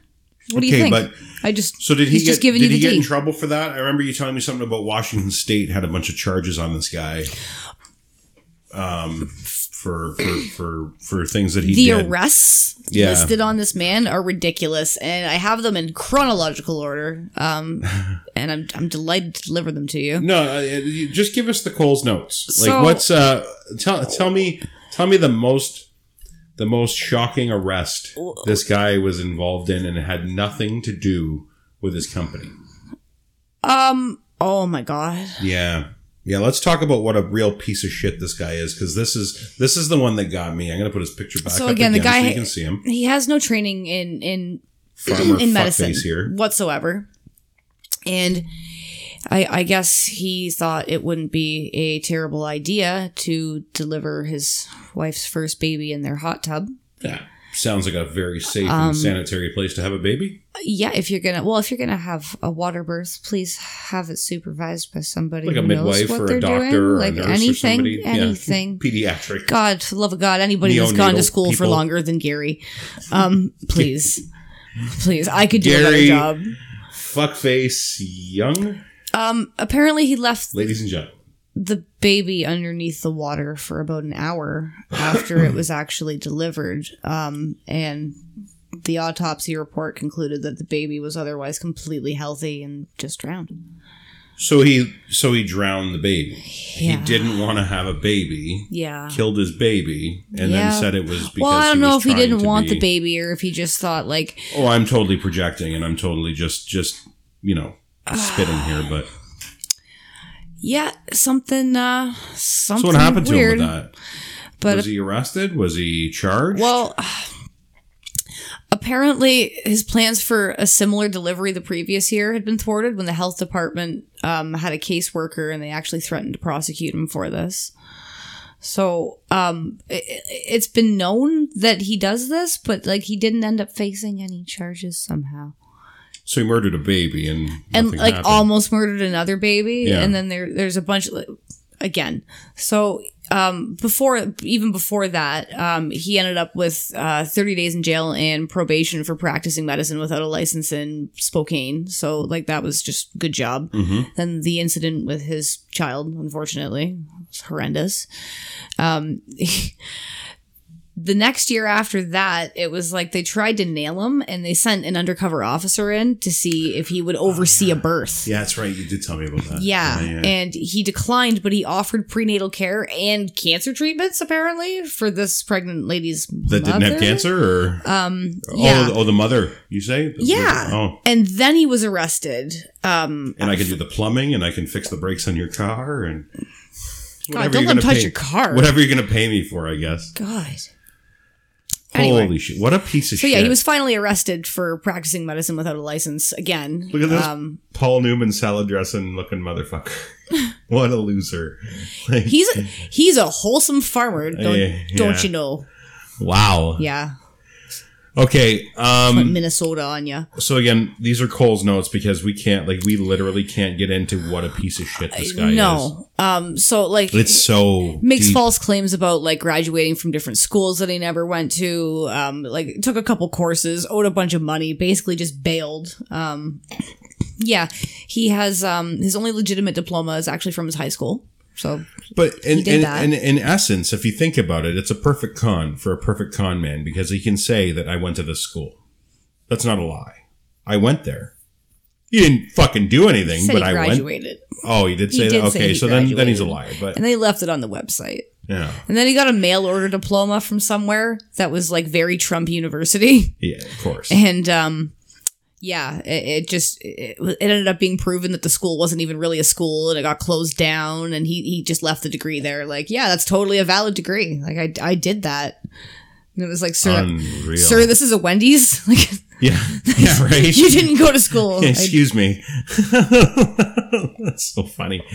S3: What do you
S1: Okay,
S3: think?
S1: but-
S3: I just
S1: So did he
S3: he's
S1: get?
S3: just giving
S1: did
S3: you
S1: he
S3: the
S1: get in
S3: D.
S1: trouble for that? I remember you telling me something about Washington State had a bunch of charges on this guy, um, for for for, for things that he
S3: the
S1: did.
S3: arrests
S1: Yeah.
S3: listed on this man are ridiculous, and I have them in chronological order. Um,
S1: [laughs]
S3: and I'm I'm delighted to deliver them to you.
S1: no, uh, you- just give us the Coles notes. Like
S3: So-
S1: what's uh? Tell tell me tell me the most the most shocking arrest this guy was involved in and had nothing to do with his company.
S3: Um. Oh my god.
S1: Yeah. Yeah, let's talk about what a real piece of shit this guy is because this is this is the one that got me. I'm gonna put his picture back
S3: So
S1: up
S3: again, the guy-
S1: so you can see him.
S3: He has no training in in
S1: Farmer
S3: in medicine
S1: fuckface here.
S3: whatsoever. And I, I guess he thought it wouldn't be a terrible idea to deliver his wife's first baby in their hot tub.
S1: Yeah, sounds like a very safe
S3: Um,
S1: and sanitary place to have a baby.
S3: Yeah, if you're gonna, well, if you're gonna have a water birth, please have it supervised by somebody
S1: Like a
S3: who knows
S1: midwife
S3: what
S1: or
S3: they're
S1: a doctor
S3: doing.
S1: or a
S3: like
S1: nurse or
S3: anything,
S1: somebody. Yeah. [laughs]
S3: anything.
S1: Pediatric.
S3: God, for the love of God, anybody that's gone to
S1: Neonatal
S3: school for
S1: people.
S3: longer than Gary,
S1: [laughs]
S3: um, please, please, I could do a better
S1: Gary.
S3: job.
S1: Fuckface young.
S3: Um, apparently, he left
S1: Ladies and gentlemen.
S3: the baby underneath the water for about an hour
S1: [laughs]
S3: after it was actually delivered. Um, and the autopsy report concluded that the baby was otherwise completely healthy and just drowned.
S1: So he so he drowned the baby. He
S3: Yeah.
S1: didn't want to have a baby.
S3: Yeah.
S1: Killed his baby and
S3: Yeah.
S1: then said it was because
S3: Well, I don't
S1: he
S3: know if
S1: was
S3: he
S1: trying
S3: didn't
S1: to
S3: want
S1: be-
S3: the baby or if he just thought like
S1: Oh, I'm totally projecting and I'm totally just just you know
S3: [sighs]
S1: spitting here, but
S3: yeah something uh
S1: so
S3: something
S1: what happened to
S3: weird,
S1: him with that?
S3: But
S1: was he arrested? Was he charged?
S3: Well, [sighs] apparently his plans for a similar delivery the previous year had been thwarted when the health department um, had a caseworker and they actually threatened to prosecute him for this. So um, it, it's been known that he does this, but like he didn't end up facing any charges somehow.
S1: so he murdered a baby and
S3: And
S1: nothing
S3: like
S1: happened.
S3: almost murdered another baby,
S1: Yeah.
S3: and then there there's a bunch again. So um, before even before that, um, he ended up with uh, 30 days in jail and probation for practicing medicine without a license in Spokane. So like that was just good job.
S1: Mm-hmm.
S3: Then the incident with his child, unfortunately, was horrendous. Um, [laughs] the next year after that, it was like they tried to nail him and they sent an undercover officer in to see if he would oversee a birth.
S1: Oh, Yeah, that's right. You did tell me about that.
S3: Yeah. And he declined, but he offered prenatal care and cancer treatments, apparently, for this pregnant lady's
S1: that didn't have cancer or
S3: Um,
S1: oh,
S3: yeah.
S1: the- oh the mother you say
S3: yeah.
S1: oh
S3: And then he was arrested. Um,
S1: and I can do the plumbing and I can fix the brakes on your car and
S3: God,
S1: you're
S3: don't let him
S1: gonna
S3: touch
S1: pay-
S3: your car.
S1: Whatever you're going to pay me for, I guess.
S3: God. Anyway.
S1: Holy shit! What a piece of
S3: So
S1: shit.
S3: yeah, he was finally arrested for practicing medicine without a license again.
S1: Look at this
S3: Um,
S1: Paul Newman salad dressing looking motherfucker. [laughs] what a loser! Like,
S3: he's a, he's a wholesome farmer, don't,
S1: Yeah, yeah.
S3: don't you know?
S1: wow.
S3: Yeah,
S1: Okay.
S3: put
S1: Um.
S3: Minnesota on you.
S1: So again, these are Cole's notes because we can't, like, we literally can't get into what a piece of shit this guy is.
S3: No, um, so like
S1: It's so
S3: makes
S1: deep.
S3: false claims about like graduating from different schools that he never went to um like took a couple courses owed a bunch of money basically just bailed um yeah he has um his only legitimate diploma is actually from his high school so
S1: But in,
S3: did
S1: in,
S3: that.
S1: in, in essence, if you think about it, it's a perfect con for a perfect con man because he can say that I went to this school. That's not a lie. I went there. He didn't fucking do anything,
S3: said
S1: but
S3: he
S1: I went.
S3: graduated
S1: Oh, he did say
S3: did
S1: that.
S3: say
S1: okay,
S3: he
S1: so then then he's a liar.
S3: graduated.
S1: But
S3: and they left it on the website
S1: Yeah.
S3: And then he got a mail order diploma from somewhere that was like very Trump University. [laughs]
S1: Yeah, of course.
S3: And um, yeah, it, it just it, it ended up being proven that the school wasn't even really a school, and it got closed down. And he he just left the degree there. Like, yeah, that's totally a valid degree. Like, I I did that. And it was like, sir,
S1: Unreal.
S3: sir, this is a Wendy's. [laughs] Like,
S1: yeah. [laughs] Yeah, right.
S3: [laughs] you didn't go to school.
S1: Yeah,
S3: Oh, I-
S1: Excuse me. [laughs] That's so funny.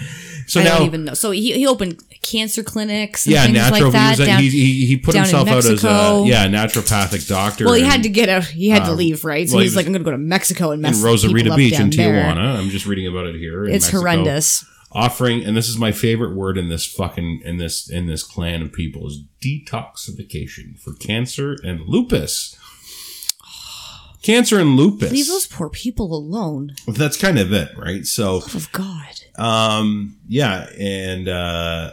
S1: So
S3: I
S1: now,
S3: don't even know. So he, he opened cancer clinics. And
S1: yeah,
S3: things
S1: natural.
S3: Like that
S1: he, was
S3: down-
S1: he, he, he put
S3: down in
S1: himself out as a
S3: Mexico.
S1: yeah naturopathic doctor.
S3: well, he
S1: in-
S3: had to get out. He had to leave, right? So
S1: um, well, he
S3: he's like,
S1: was-
S3: I'm going to go to Mexico and mess
S1: in Rosarita
S3: people up
S1: Beach
S3: down
S1: in
S3: there.
S1: Tijuana. I'm just reading about it here. in
S3: It's
S1: Mexico.
S3: horrendous.
S1: Offering, and this is my favorite word in this fucking in this in this clan of people is detoxification for cancer and lupus.
S3: [sighs]
S1: Cancer and lupus.
S3: Leave those poor people alone.
S1: That's kind of it, right? So,
S3: Love of God.
S1: um, yeah, and uh,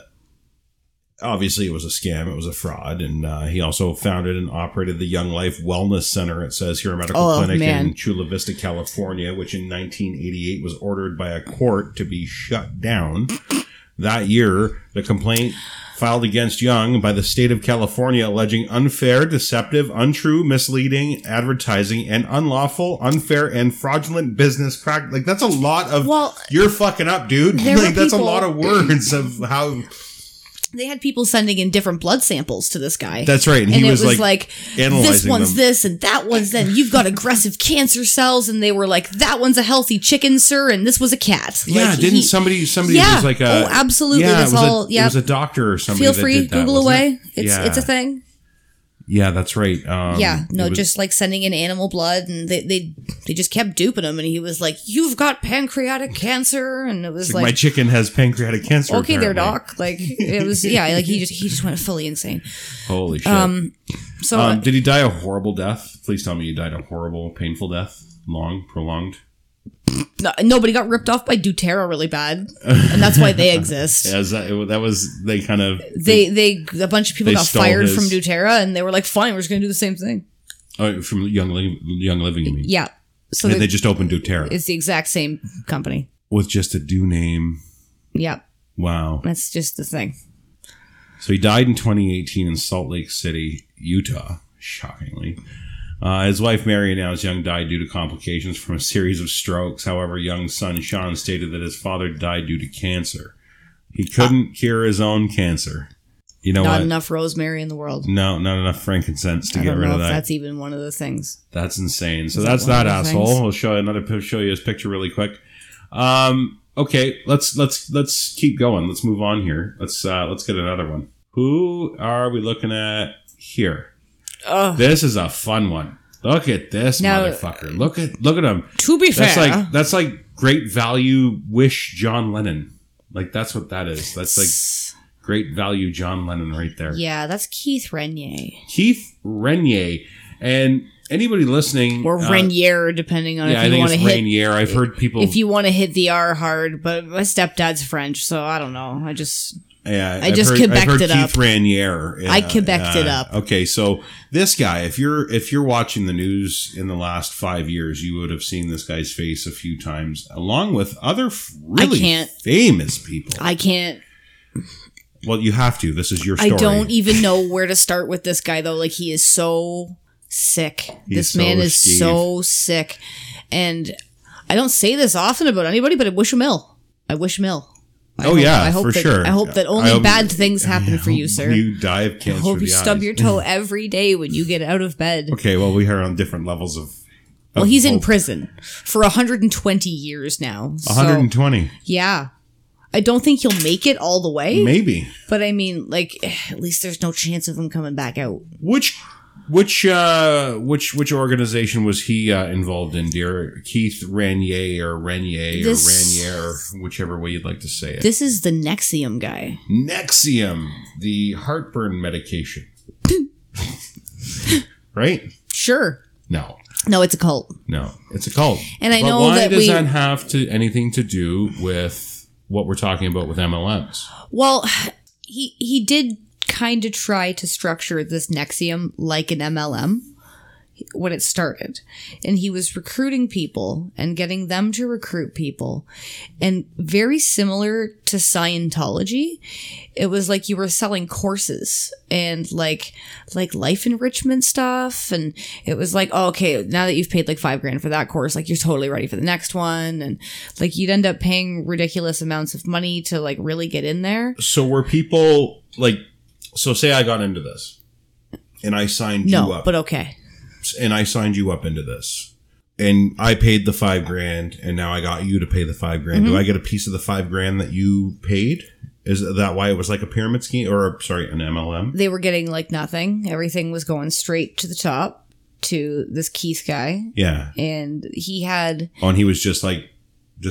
S1: obviously it was a scam. It was a fraud, and uh, he also founded and operated the Young Life Wellness Center. It says here a medical
S3: Oh,
S1: clinic in
S3: man.
S1: Chula Vista, California, which in 1988 was ordered by a court to be shut down. That year, the complaint filed against Young by the state of California alleging unfair, deceptive, untrue, misleading advertising and unlawful, unfair, and fraudulent business practice. Like, that's a lot of.
S3: Well-
S1: you're fucking up, dude.
S3: There were
S1: Like, that's a
S3: people-
S1: lot of words of how.
S3: They had people sending in different blood samples to this guy.
S1: That's right. And,
S3: and
S1: he
S3: it
S1: was, like, analyzing
S3: this one's
S1: them.
S3: this and that one's then. You've got aggressive cancer cells, and they were like, that one's a healthy chicken, sir, and this was a cat.
S1: yeah,
S3: Like,
S1: didn't
S3: he-
S1: somebody somebody
S3: Yeah.
S1: was like a
S3: Oh, absolutely.
S1: Yeah,
S3: That's
S1: it was a-
S3: all-
S1: it
S3: yeah.
S1: was a doctor or somebody.
S3: Feel
S1: that
S3: free,
S1: did that,
S3: Google
S1: wasn't it?
S3: away. It's
S1: yeah.
S3: it's a thing.
S1: Yeah, that's right. Um,
S3: yeah, no,
S1: it was-
S3: just like sending in animal blood, and they they they just kept duping him, and he was like, "You've got pancreatic cancer," and it was
S1: my
S3: like,
S1: chicken has pancreatic cancer.
S3: "Okay, there,
S1: apparently.
S3: doc." Like it was, yeah, like he just he just went fully insane.
S1: Holy shit.
S3: Um, so
S1: Um, did he die a horrible death? Please tell me you died a horrible, painful death. Long, prolonged.
S3: no, nobody got ripped off by DuTerra really bad, and that's
S1: [laughs]
S3: why they exist.
S1: As that, that was they kind of
S3: They they a bunch of people
S1: They
S3: got
S1: stole
S3: fired
S1: his-
S3: from DuTerra, and they were like, "Fine, we're just gonna do the same thing."
S1: oh, from Young Living. Young Living, I mean.
S3: Yeah, so
S1: And
S3: they-
S1: they just opened DoTerra
S3: it's the exact same company.
S1: with just a do name.
S3: Yeah,
S1: Wow.
S3: that's just the thing.
S1: So he died in 2018 in Salt Lake City, Utah, shockingly. Uh, his wife Mary announced Young died due to complications from a series of strokes. However, Young's son Sean stated that his father died due to cancer. He couldn't cure his own cancer. You know
S3: Not
S1: what?
S3: enough rosemary in the world.
S1: No, not enough frankincense to
S3: I
S1: get
S3: don't
S1: rid
S3: know
S1: of
S3: if
S1: that. That's,
S3: that's even one of the things.
S1: insane. So
S3: Is that
S1: that's
S3: one of
S1: that
S3: the
S1: asshole.
S3: things?
S1: We'll show another. pi- Show you his picture really quick. Um, okay, let's let's let's keep going. Let's move on here. Let's uh, let's get another one. Who are we looking at here?
S3: Ugh.
S1: This is a fun one. Look at this
S3: Now-
S1: motherfucker. Look at look at him.
S3: To be
S1: That's
S3: fair,
S1: like that's like great value. Wish John Lennon. Like that's what that is. That's like great value John Lennon right there.
S3: yeah, that's Keith Renier
S1: Keith Renier. And anybody listening,
S3: or
S1: uh,
S3: Renier, depending on
S1: yeah, I
S3: if you
S1: think
S3: want to
S1: it's
S3: hit
S1: Rainier. I've heard people,
S3: if you want to hit the R hard. But my stepdad's French, so I don't know. I just
S1: yeah,
S3: I just
S1: have heard, I've
S3: Quebec'd
S1: heard
S3: it
S1: Keith
S3: up.
S1: Ranier.
S3: I Quebec'd it up.
S1: Okay, so this guy, if you're if you're watching the news in the last five years, you would have seen this guy's face a few times, along with other f- really
S3: can't-
S1: famous people.
S3: I can't.
S1: well, you have to. This is your story.
S3: I
S1: [laughs]
S3: don't even know where to start with this guy though. Like he is so sick.
S1: He's
S3: this man
S1: so
S3: is so sick, and I don't say this often about anybody, but I wish him ill. I wish him ill. I
S1: Oh,
S3: hope-
S1: yeah,
S3: I hope
S1: for
S3: that,
S1: sure.
S3: I hope that
S1: I
S3: only
S1: hope-
S3: bad things happen
S1: I
S3: for you,
S1: hope
S3: sir.
S1: You die of cancer.
S3: I hope
S1: the
S3: you stub
S1: eyes. [laughs]
S3: your toe every day when you get out of bed.
S1: Okay, well, we are on different levels of.
S3: Well, he's in
S1: hope.
S3: prison for 120 years now. So,
S1: 120,
S3: yeah. I don't think he'll make it all the way,
S1: maybe.
S3: but I mean, like, [sighs] at least there's no chance of him coming back out.
S1: Which which uh which which organization was he uh, involved in, dear Keith Ranier or Ranier
S3: This-
S1: or Ranier, or whichever way you'd like to say it.
S3: This is the Nexium guy.
S1: Nexium, the heartburn medication. [laughs] right?
S3: Sure.
S1: No.
S3: No, it's a cult.
S1: No. It's a cult.
S3: And I
S1: but
S3: know
S1: why
S3: that
S1: does
S3: we-
S1: that have to anything to do with what we're talking about with MLMs?
S3: Well, he he did kind of try to structure this Nexium like an MLM. when it started. And he was recruiting people and getting them to recruit people. And very similar to Scientology, it was like you were selling courses and like like life enrichment stuff and it was like oh, okay now that you've paid like five grand for that course like you're totally ready for the next one and like you'd end up paying ridiculous amounts of money to like really get in there
S1: So were people like? So say I got into this, and I signed you
S3: no
S1: up,
S3: but okay
S1: and I signed you up into this, and I paid the five grand, and now I got you to pay the five grand.
S3: Mm-hmm.
S1: Do I get a piece of the five grand that you paid? Is that why it was like a pyramid scheme, or sorry, an MLM?
S3: they were getting like nothing everything was going straight to the top to this keith guy
S1: Yeah,
S3: and he had
S1: Oh, and he was just like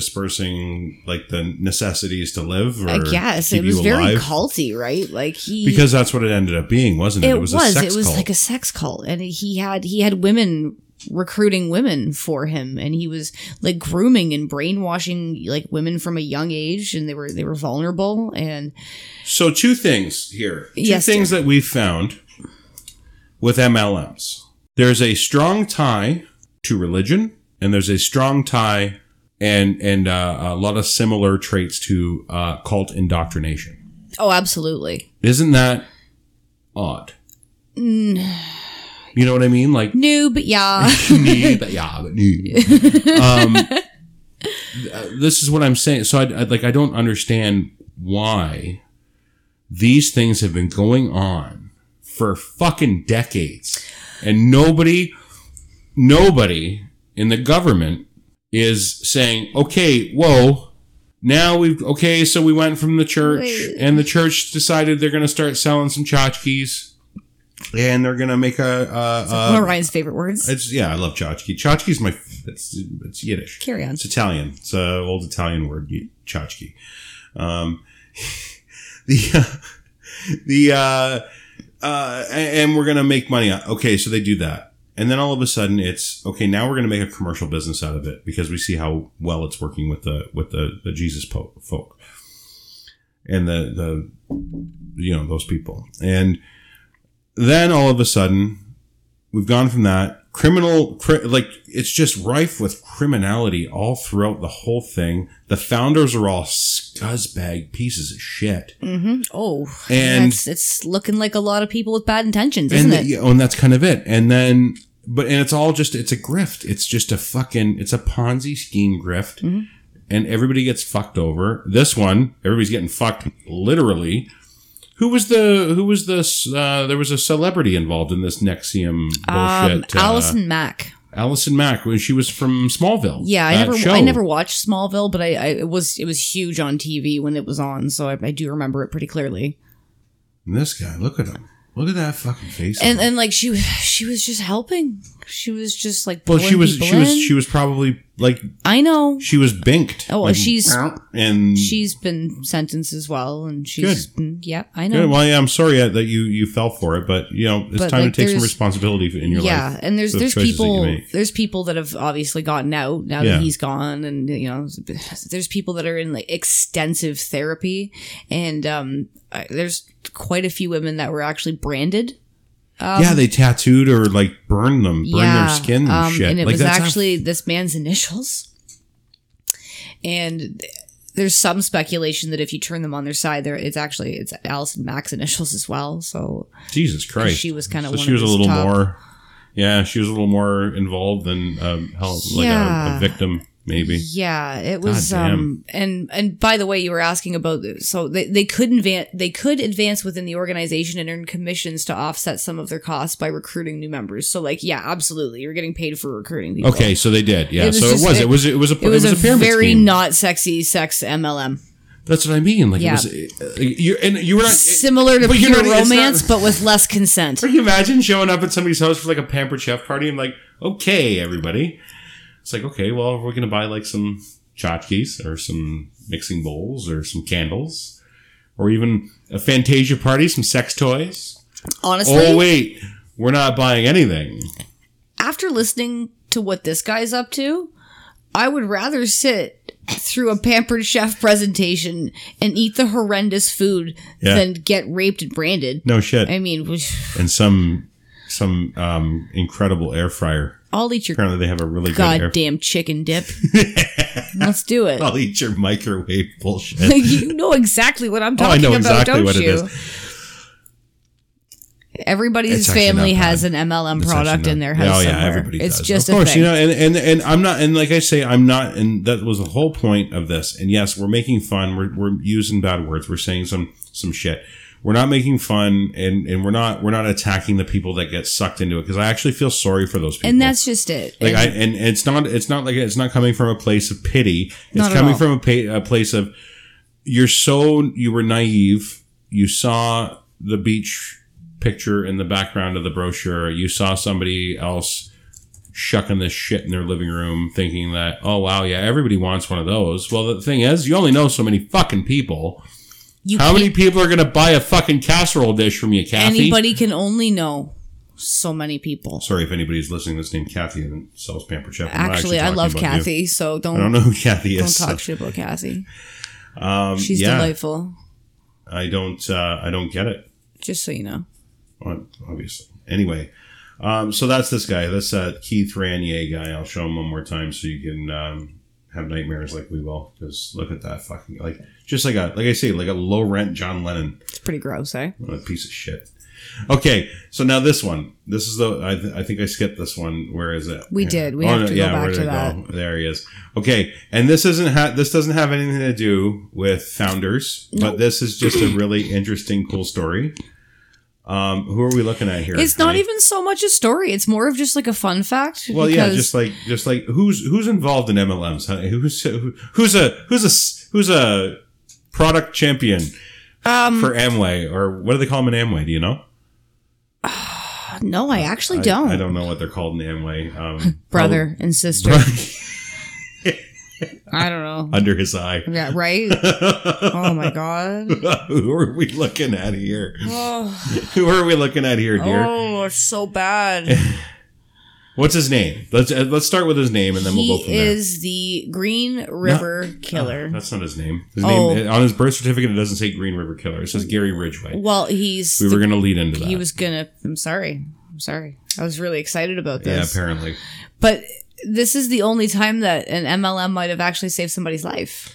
S1: dispersing like the necessities to live. Or
S3: i guess
S1: keep
S3: it was
S1: you
S3: very
S1: alive?
S3: culty right like he
S1: because that's what it ended up being, wasn't it?
S3: it was,
S1: a sex
S3: it was
S1: cult.
S3: like a sex cult and he had he had women recruiting women for him and he was like grooming and brainwashing like women from a young age and they were they were vulnerable and
S1: so two things here, two
S3: Yes,
S1: things that we've found with MLMs. There's a strong tie to religion, and there's a strong tie and and uh, a lot of similar traits to uh, cult indoctrination.
S3: oh absolutely
S1: Isn't that odd? You know what I mean? Like
S3: noob
S1: [laughs]
S3: yeah
S1: Nee, but yeah, but nee. um, th- uh, this is what I'm saying. So, I, I like, I don't understand why these things have been going on for fucking decades, and nobody, nobody in the government is saying, "Okay, whoa." Now we've okay, so we went from the church,
S3: Wait.
S1: and the church decided they're going to start selling some tchotchkes, and they're going to make a, a, a
S3: one of ryan's favorite words
S1: it's yeah, Um, I love tchotchke. Tchotchke is my it's it's Yiddish.
S3: carry on
S1: It's Italian. It's an old Italian word, y- tchotchke. Um, [laughs] the uh, the uh, uh, a- and we're gonna make money. On, okay, so they do that, and then all of a sudden it's okay. Now we're gonna make a commercial business out of it because we see how well it's working with the with the, the Jesus po- folk and the the you know those people, and then all of a sudden we've gone from that criminal cri- like it's just rife with criminality all throughout the whole thing the founders are all scuzzbag pieces of shit
S3: hmm oh
S1: And-
S3: that's, it's looking like a lot of people with bad intentions
S1: and
S3: isn't
S1: the-
S3: it
S1: yeah, and that's kind of it and then but and it's all just it's a grift it's just a fucking it's a ponzi scheme grift
S3: Mm-hmm.
S1: and everybody gets fucked over this one everybody's getting fucked literally who was the who was this uh there was a celebrity involved in this nexium
S3: um,
S1: bullshit uh,
S3: Allison Mack.
S1: Allison Mack when she was from Smallville.
S3: Yeah, I
S1: That
S3: never,
S1: show.
S3: I never watched Smallville, but I, I, it was, it was huge on TV when it was on, so I, I do remember it pretty clearly.
S1: And This guy, look at him. Look at that fucking face.
S3: and uh, and like she was she was just helping she was just like
S1: well, she
S3: pulling
S1: was
S3: people
S1: she was
S3: in.
S1: she was probably like
S3: i know
S1: she was binked.
S3: Oh,
S1: Like,
S3: she's-
S1: and
S3: she's been sentenced as well and she's mm, yeah i know
S1: Good. Well, yeah, I'm sorry uh, that you you fell for it, but you know it's
S3: But,
S1: time
S3: like,
S1: to take some
S3: there's-
S1: responsibility in your
S3: yeah
S1: life.
S3: and there's
S1: for the
S3: there's
S1: choices that you
S3: people
S1: make.
S3: there's people that have obviously gotten out now
S1: Yeah.
S3: that he's gone and you know there's people that are in like extensive therapy and um I, there's quite a few women that were actually branded um,
S1: yeah, they tattooed or like burned them, burned
S3: yeah,
S1: their skin and
S3: um,
S1: shit.
S3: And it
S1: like,
S3: was
S1: that's how-
S3: actually this man's initials. And th- there's some speculation that if you turn them on their side, there it's actually it's Allison Mack's initials as well. So
S1: Jesus Christ.
S3: she was kind of
S1: So
S3: one
S1: she
S3: of
S1: was a
S3: his
S1: little
S3: top-
S1: more. Yeah, she was a little more involved than um, hell, like a,
S3: Yeah.
S1: a victim, maybe.
S3: Yeah, it was.
S1: God damn.
S3: Um, and and by the way, you were asking about so they, they could advance they could advance within the organization and earn commissions to offset some of their costs by recruiting new members. So like, yeah, absolutely, you're getting paid for recruiting people.
S1: Okay, so they did. Yeah,
S3: It was
S1: so
S3: just-
S1: it was. It,
S3: it-
S1: was. It was a.
S3: It was, a,
S1: pyramid
S3: very
S1: scheme.
S3: not sexy sex MLM.
S1: That's what I mean. Like
S3: Yeah.
S1: it was. Uh, you and you were not.
S3: similar to
S1: But you're
S3: pure
S1: not- it's not-
S3: romance, but with less consent.
S1: Can you imagine showing up at somebody's house for like a pampered chef party? and like, okay, everybody. It's like, okay, well, we're gonna buy like some tchotchkes or some mixing bowls or some candles, or even a Fantasia party, some sex toys.
S3: Honestly,
S1: Oh wait, we're not buying anything.
S3: after listening to what this guy's up to, I would rather sit through a pampered chef presentation and eat the horrendous food
S1: Yeah.
S3: than get raped and branded.
S1: No shit.
S3: I mean, which-
S1: And some some um, incredible air fryer.
S3: I'll eat your
S1: Apparently, they have a really good air.
S3: goddamn
S1: [laughs]
S3: chicken dip. Let's do it.
S1: I'll eat your microwave bullshit.
S3: [laughs] you know exactly what I'm
S1: Oh, I
S3: talking
S1: know
S3: about,
S1: exactly
S3: don't
S1: what it
S3: you?
S1: is.
S3: Everybody's
S1: It's actually
S3: family
S1: not bad.
S3: has an MLM
S1: It's
S3: product
S1: actually
S3: in
S1: not-
S3: their house.
S1: Oh yeah,
S3: somewhere.
S1: everybody
S3: It's
S1: does.
S3: just
S1: of course,
S3: a thing.
S1: you know, and, and and I'm not, and like I say, I'm not, and that was the whole point of this. And yes, we're making fun. We're we're using bad words. We're saying some some shit. We're not making fun, and and we're not we're not attacking the people that get sucked into it because I actually feel sorry for those people.
S3: and that's just it.
S1: like
S3: And-
S1: I and and it's not it's not like it's not coming from a place of pity. It's
S3: Not at
S1: coming
S3: all.
S1: from a, pa- a place of you're so you were naive. You saw the beach picture in the background of the brochure. You saw somebody else shucking this shit in their living room, thinking that oh wow yeah everybody wants one of those. Well the thing is you only know so many fucking people.
S3: you
S1: How many
S3: can't-
S1: people are gonna buy a fucking casserole dish from you, Kathy?
S3: anybody can only know so many people.
S1: Sorry if anybody's listening that's named Kathy and sells pamper chef. I'm not
S3: Actually, I
S1: talking
S3: love
S1: about you.
S3: Kathy, so don't
S1: I don't know who Kathy
S3: don't
S1: is.
S3: talk
S1: so,
S3: shit about Kathy.
S1: um,
S3: She's
S1: yeah,
S3: delightful.
S1: I don't. Uh, I don't get it.
S3: Just so you know.
S1: ob- Obviously. Anyway, um, so that's this guy. That's uh, Keith Ranier guy. I'll show him one more time so you can um, have nightmares like we will. Because look at that fucking like just like a like I say like a low rent John Lennon.
S3: It's pretty gross, eh?
S1: What a piece of shit. Okay, so now this one. This is the I, th- I think I skipped this one. Where is it? Oh,
S3: We
S1: Yeah.
S3: did. We have to go back
S1: where did
S3: to
S1: it go? There he is. Okay, and this isn't ha- this doesn't have anything to do with founders, but this is just a really interesting, cool story. Um, who are we looking at here?
S3: It's not
S1: Right?
S3: even so much a story. It's more of just like a fun fact.
S1: Well, yeah,
S3: because-
S1: just like just like who's who's involved in MLMs? huh? Who's who- who's a who's a s- who's a product champion
S3: Um,
S1: for Amway or what do they call them in Amway? Do you know?
S3: no, I actually don't.
S1: I, I don't know what they're called in Amway. Um,
S3: [laughs] Brother and
S1: [laughs]
S3: sister.
S1: probably-
S3: I don't know.
S1: under his eye. [laughs]
S3: Yeah, right? oh my god.
S1: Who are we looking at here?
S3: Oh,
S1: Who are we looking at here, dear?
S3: oh it's so bad.
S1: What's his name? Let's uh, let's start with his name and then we'll go
S3: He
S1: from there.
S3: is the Green River Killer.
S1: That's not his name. His
S3: Oh.
S1: name on his birth certificate it doesn't say Green River Killer. It says Gary Ridgway.
S3: well, he's
S1: We
S3: the-
S1: were going to lead into that.
S3: Oh, he was gonna. I'm sorry. I'm sorry. I was really excited about
S1: yeah,
S3: this.
S1: apparently.
S3: but this is the only time that an MLM might have actually saved somebody's life.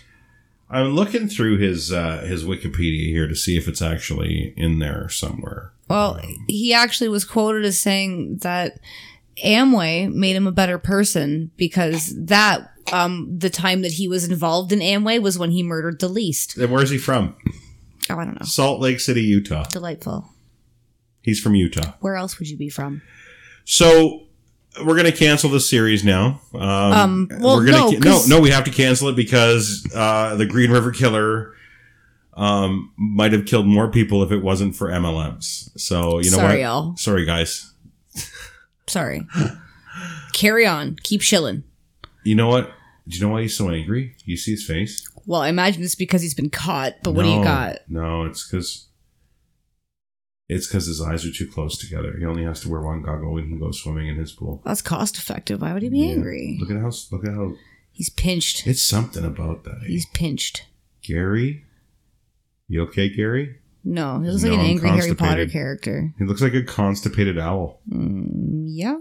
S1: I'm looking through his uh, his Wikipedia here to see if it's actually in there somewhere.
S3: Well, he actually was quoted as saying that Amway made him a better person because that um the time that he was involved in Amway was when he murdered the least.
S1: And where's he from?
S3: Oh, I don't know.
S1: Salt Lake City, Utah.
S3: Delightful.
S1: He's from Utah.
S3: Where else would you be from?
S1: So we're going to cancel the series now. Um,
S3: Um, well,
S1: we're gonna
S3: no,
S1: ca- no,
S3: 'cause-
S1: no, we have to cancel it because uh, the Green River Killer um, might have killed more people if it wasn't for MLMs. So you know
S3: Sorry,
S1: what?
S3: y'all.
S1: Sorry, guys.
S3: Sorry. Carry on. Keep chilling.
S1: You know what? Do you know why he's so angry? You see his face.
S3: Well, I imagine it's because he's been caught, but what do you
S1: No.
S3: got?
S1: No, it's because it's because his eyes are too close together. He only has to wear one goggle when he goes swimming in his pool.
S3: That's cost effective. Why would he be
S1: Yeah.
S3: angry?
S1: Look at how look at how
S3: He's pinched.
S1: it's something about that. eh?
S3: He's pinched.
S1: Gary. You okay, Gary?
S3: No, he looks
S1: No,
S3: like an
S1: I'm
S3: angry Harry Potter
S1: constipated.
S3: character.
S1: He looks like a constipated owl.
S3: Mm, yeah.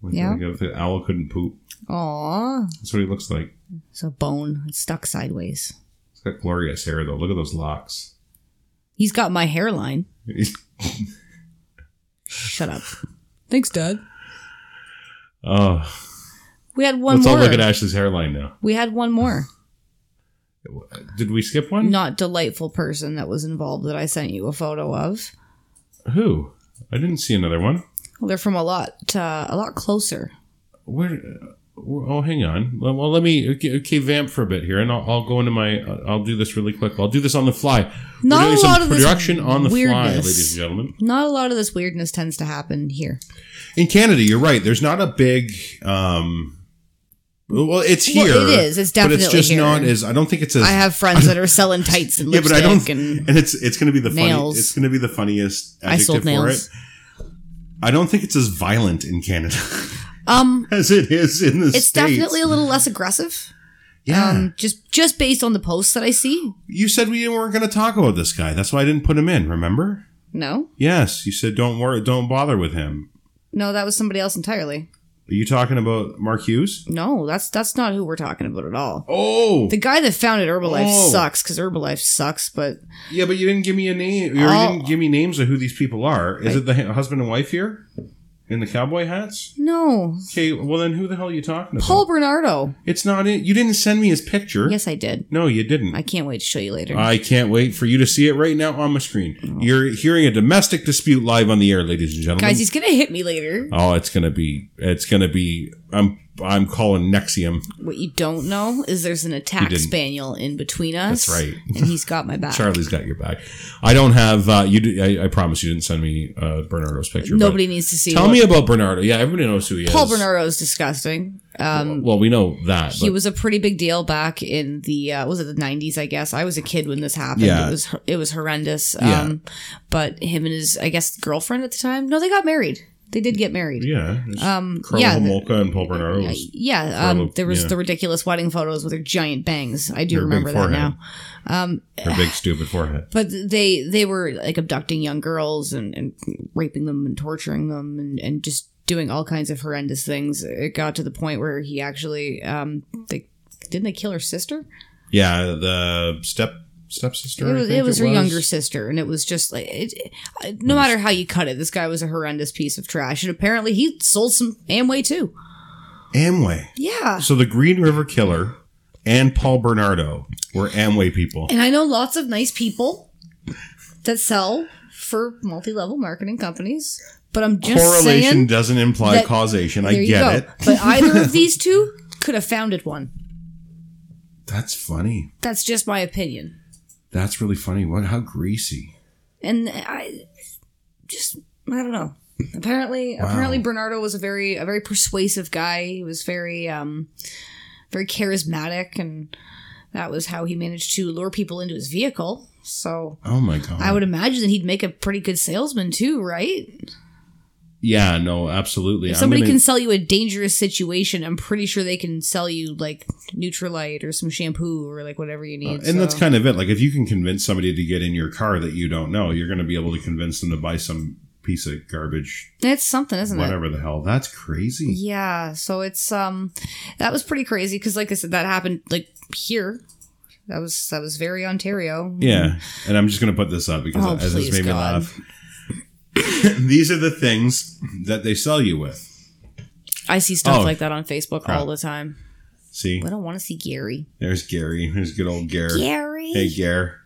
S1: Like,
S3: Yeah.
S1: like if the owl couldn't poop.
S3: Aw.
S1: That's what he looks like.
S3: It's a bone. It's stuck sideways.
S1: He's got glorious hair though. Look at those locks. [laughs]
S3: He's got my hairline. Shut up. Thanks, Dad.
S1: oh,
S3: We had one
S1: let's
S3: more.
S1: all look at Ashley's hairline now.
S3: We had one more.
S1: Did we skip one?
S3: Not delightful person that was involved that I sent you a photo of.
S1: Who? I didn't see another one.
S3: Well, they're from a lot, uh, a lot closer.
S1: Where? where- Oh, hang on. Well, well, let me okay, okay, vamp for a bit here, and I'll, I'll go into my. I'll do this really quick. I'll do this on the fly. We're
S3: Not
S1: doing
S3: a
S1: some
S3: lot of this
S1: production on the fly,
S3: weirdness.
S1: ladies and gentlemen.
S3: Not a lot of this weirdness tends to happen here.
S1: In Canada, you're right. There's not a big. Um, well, it's
S3: Well,
S1: here.
S3: it is. It's
S1: but it's
S3: definitely
S1: just
S3: here.
S1: not as. I don't think it's as.
S3: I have friends that are selling tights
S1: [laughs]
S3: and
S1: yeah, but I
S3: lipstick
S1: don't.
S3: and
S1: And, it's it's going to be the funny.
S3: nails.
S1: It's going to be the funniest
S3: I
S1: adjective
S3: sold
S1: for
S3: nails.
S1: it. I don't think it's as violent in Canada [laughs]
S3: um
S1: as it is in the
S3: it's
S1: states.
S3: definitely um, a little less aggressive.
S1: yeah.
S3: Um just just based on the posts that I see.
S1: you said we weren't going to talk about this guy. That's why I didn't put him in. Remember?
S3: No.
S1: Yes, you said don't worry, don't bother with him.
S3: No, that was somebody else entirely.
S1: Are you talking about Mark Hughes?
S3: No, that's that's not who we're talking about at all.
S1: Oh,
S3: The guy that founded Herbalife
S1: Oh.
S3: sucks because Herbalife sucks, but
S1: yeah, but you didn't give me a name. Or
S3: Oh.
S1: You didn't give me names of who these people are. Is it the hu- husband and wife here in the cowboy hats?
S3: no.
S1: Okay, well then who the hell are you talking about?
S3: Paul Bernardo.
S1: It's not it. You didn't send me his picture.
S3: Yes, I did.
S1: No, you didn't.
S3: I can't wait to show you later.
S1: I can't wait for you to see it right now on my screen. You're hearing a domestic dispute live on the air, ladies and gentlemen.
S3: Oh. Guys, he's gonna hit me later.
S1: oh, it's gonna be, it's gonna be. I'm, I'm calling Nexium.
S3: What you don't know is there's an
S1: You
S3: attack
S1: didn't.
S3: spaniel in between us.
S1: That's right.
S3: And he's
S1: [laughs]
S3: got my back.
S1: Charlie's got your back. I don't have. Uh, you, do, I, I promise you didn't send me uh, Bernardo's picture. but
S3: Nobody needs to see.
S1: Tell
S3: what-
S1: me about Bernardo. Yeah, everybody knows who he
S3: Paul
S1: is.
S3: Bernardo is disgusting. Um,
S1: Well, we know that.
S3: he
S1: but-
S3: was a pretty big deal back in the uh, was it the 90s i guess i was a kid when this happened
S1: Yeah.
S3: it was it was horrendous
S1: Yeah.
S3: um but him and his i guess girlfriend at the time no they got married they did get married
S1: yeah.
S3: um
S1: Carla
S3: yeah the-
S1: Homolka and Paul Bernardo.
S3: uh,
S1: Was,
S3: yeah um
S1: Carla-
S3: there was
S1: yeah.
S3: the ridiculous wedding photos with her giant bangs i do
S1: Her big
S3: remember that
S1: forehead.
S3: now um
S1: her big stupid forehead.
S3: but they they were like abducting young girls and, and raping them and torturing them and, and just doing all kinds of horrendous things it got to the point where he actually um they didn't they kill her sister
S1: Yeah, the step stepsister.
S3: It
S1: I
S3: was,
S1: think
S3: it was her younger
S1: was.
S3: sister, and it was just like, it, it- no matter how you cut it, this guy was a horrendous piece of trash. And apparently, he sold some Amway too.
S1: Amway.
S3: Yeah.
S1: So the Green River Killer and Paul Bernardo were Amway people.
S3: And I know lots of nice people that sell for multi level marketing companies, but I'm just
S1: Correlation
S3: saying.
S1: doesn't imply
S3: that-
S1: causation.
S3: There
S1: I
S3: you go.
S1: get it.
S3: But
S1: [laughs]
S3: either of these two could have founded one.
S1: That's funny.
S3: That's just my opinion.
S1: That's really funny. What? How greasy.
S3: And I just, I don't know. Apparently, apparently Bernardo was a very a very persuasive guy. He was very um very charismatic and that was how he managed to lure people into his vehicle. So
S1: Oh my god.
S3: I would imagine that he'd make a pretty good salesman too, right?
S1: Yeah. No. Absolutely.
S3: If
S1: I'm
S3: somebody
S1: gonna-
S3: can sell you a dangerous situation, I'm pretty sure they can sell you like Neutralite or some shampoo or like whatever you need.
S1: Uh, and that's
S3: so-
S1: kind of it. Like if you can convince somebody to get in your car that you don't know, you're going to be able to convince them to buy some piece of garbage,
S3: it's something, isn't it?
S1: whatever the hell. That's crazy.
S3: Yeah, so it's um that was pretty crazy cuz like I said that happened like here. That was that was very Ontario.
S1: Yeah, and I'm just going to put this up because
S3: Oh,
S1: as
S3: please,
S1: this made me
S3: God.
S1: laugh. [coughs] These are the things that they sell you with.
S3: I see stuff
S1: Oh,
S3: like that on Facebook
S1: crap.
S3: all the time.
S1: See,
S3: I don't want to see Gary.
S1: there's Gary. There's good old Gary.
S3: Gary.
S1: Hey, Gare.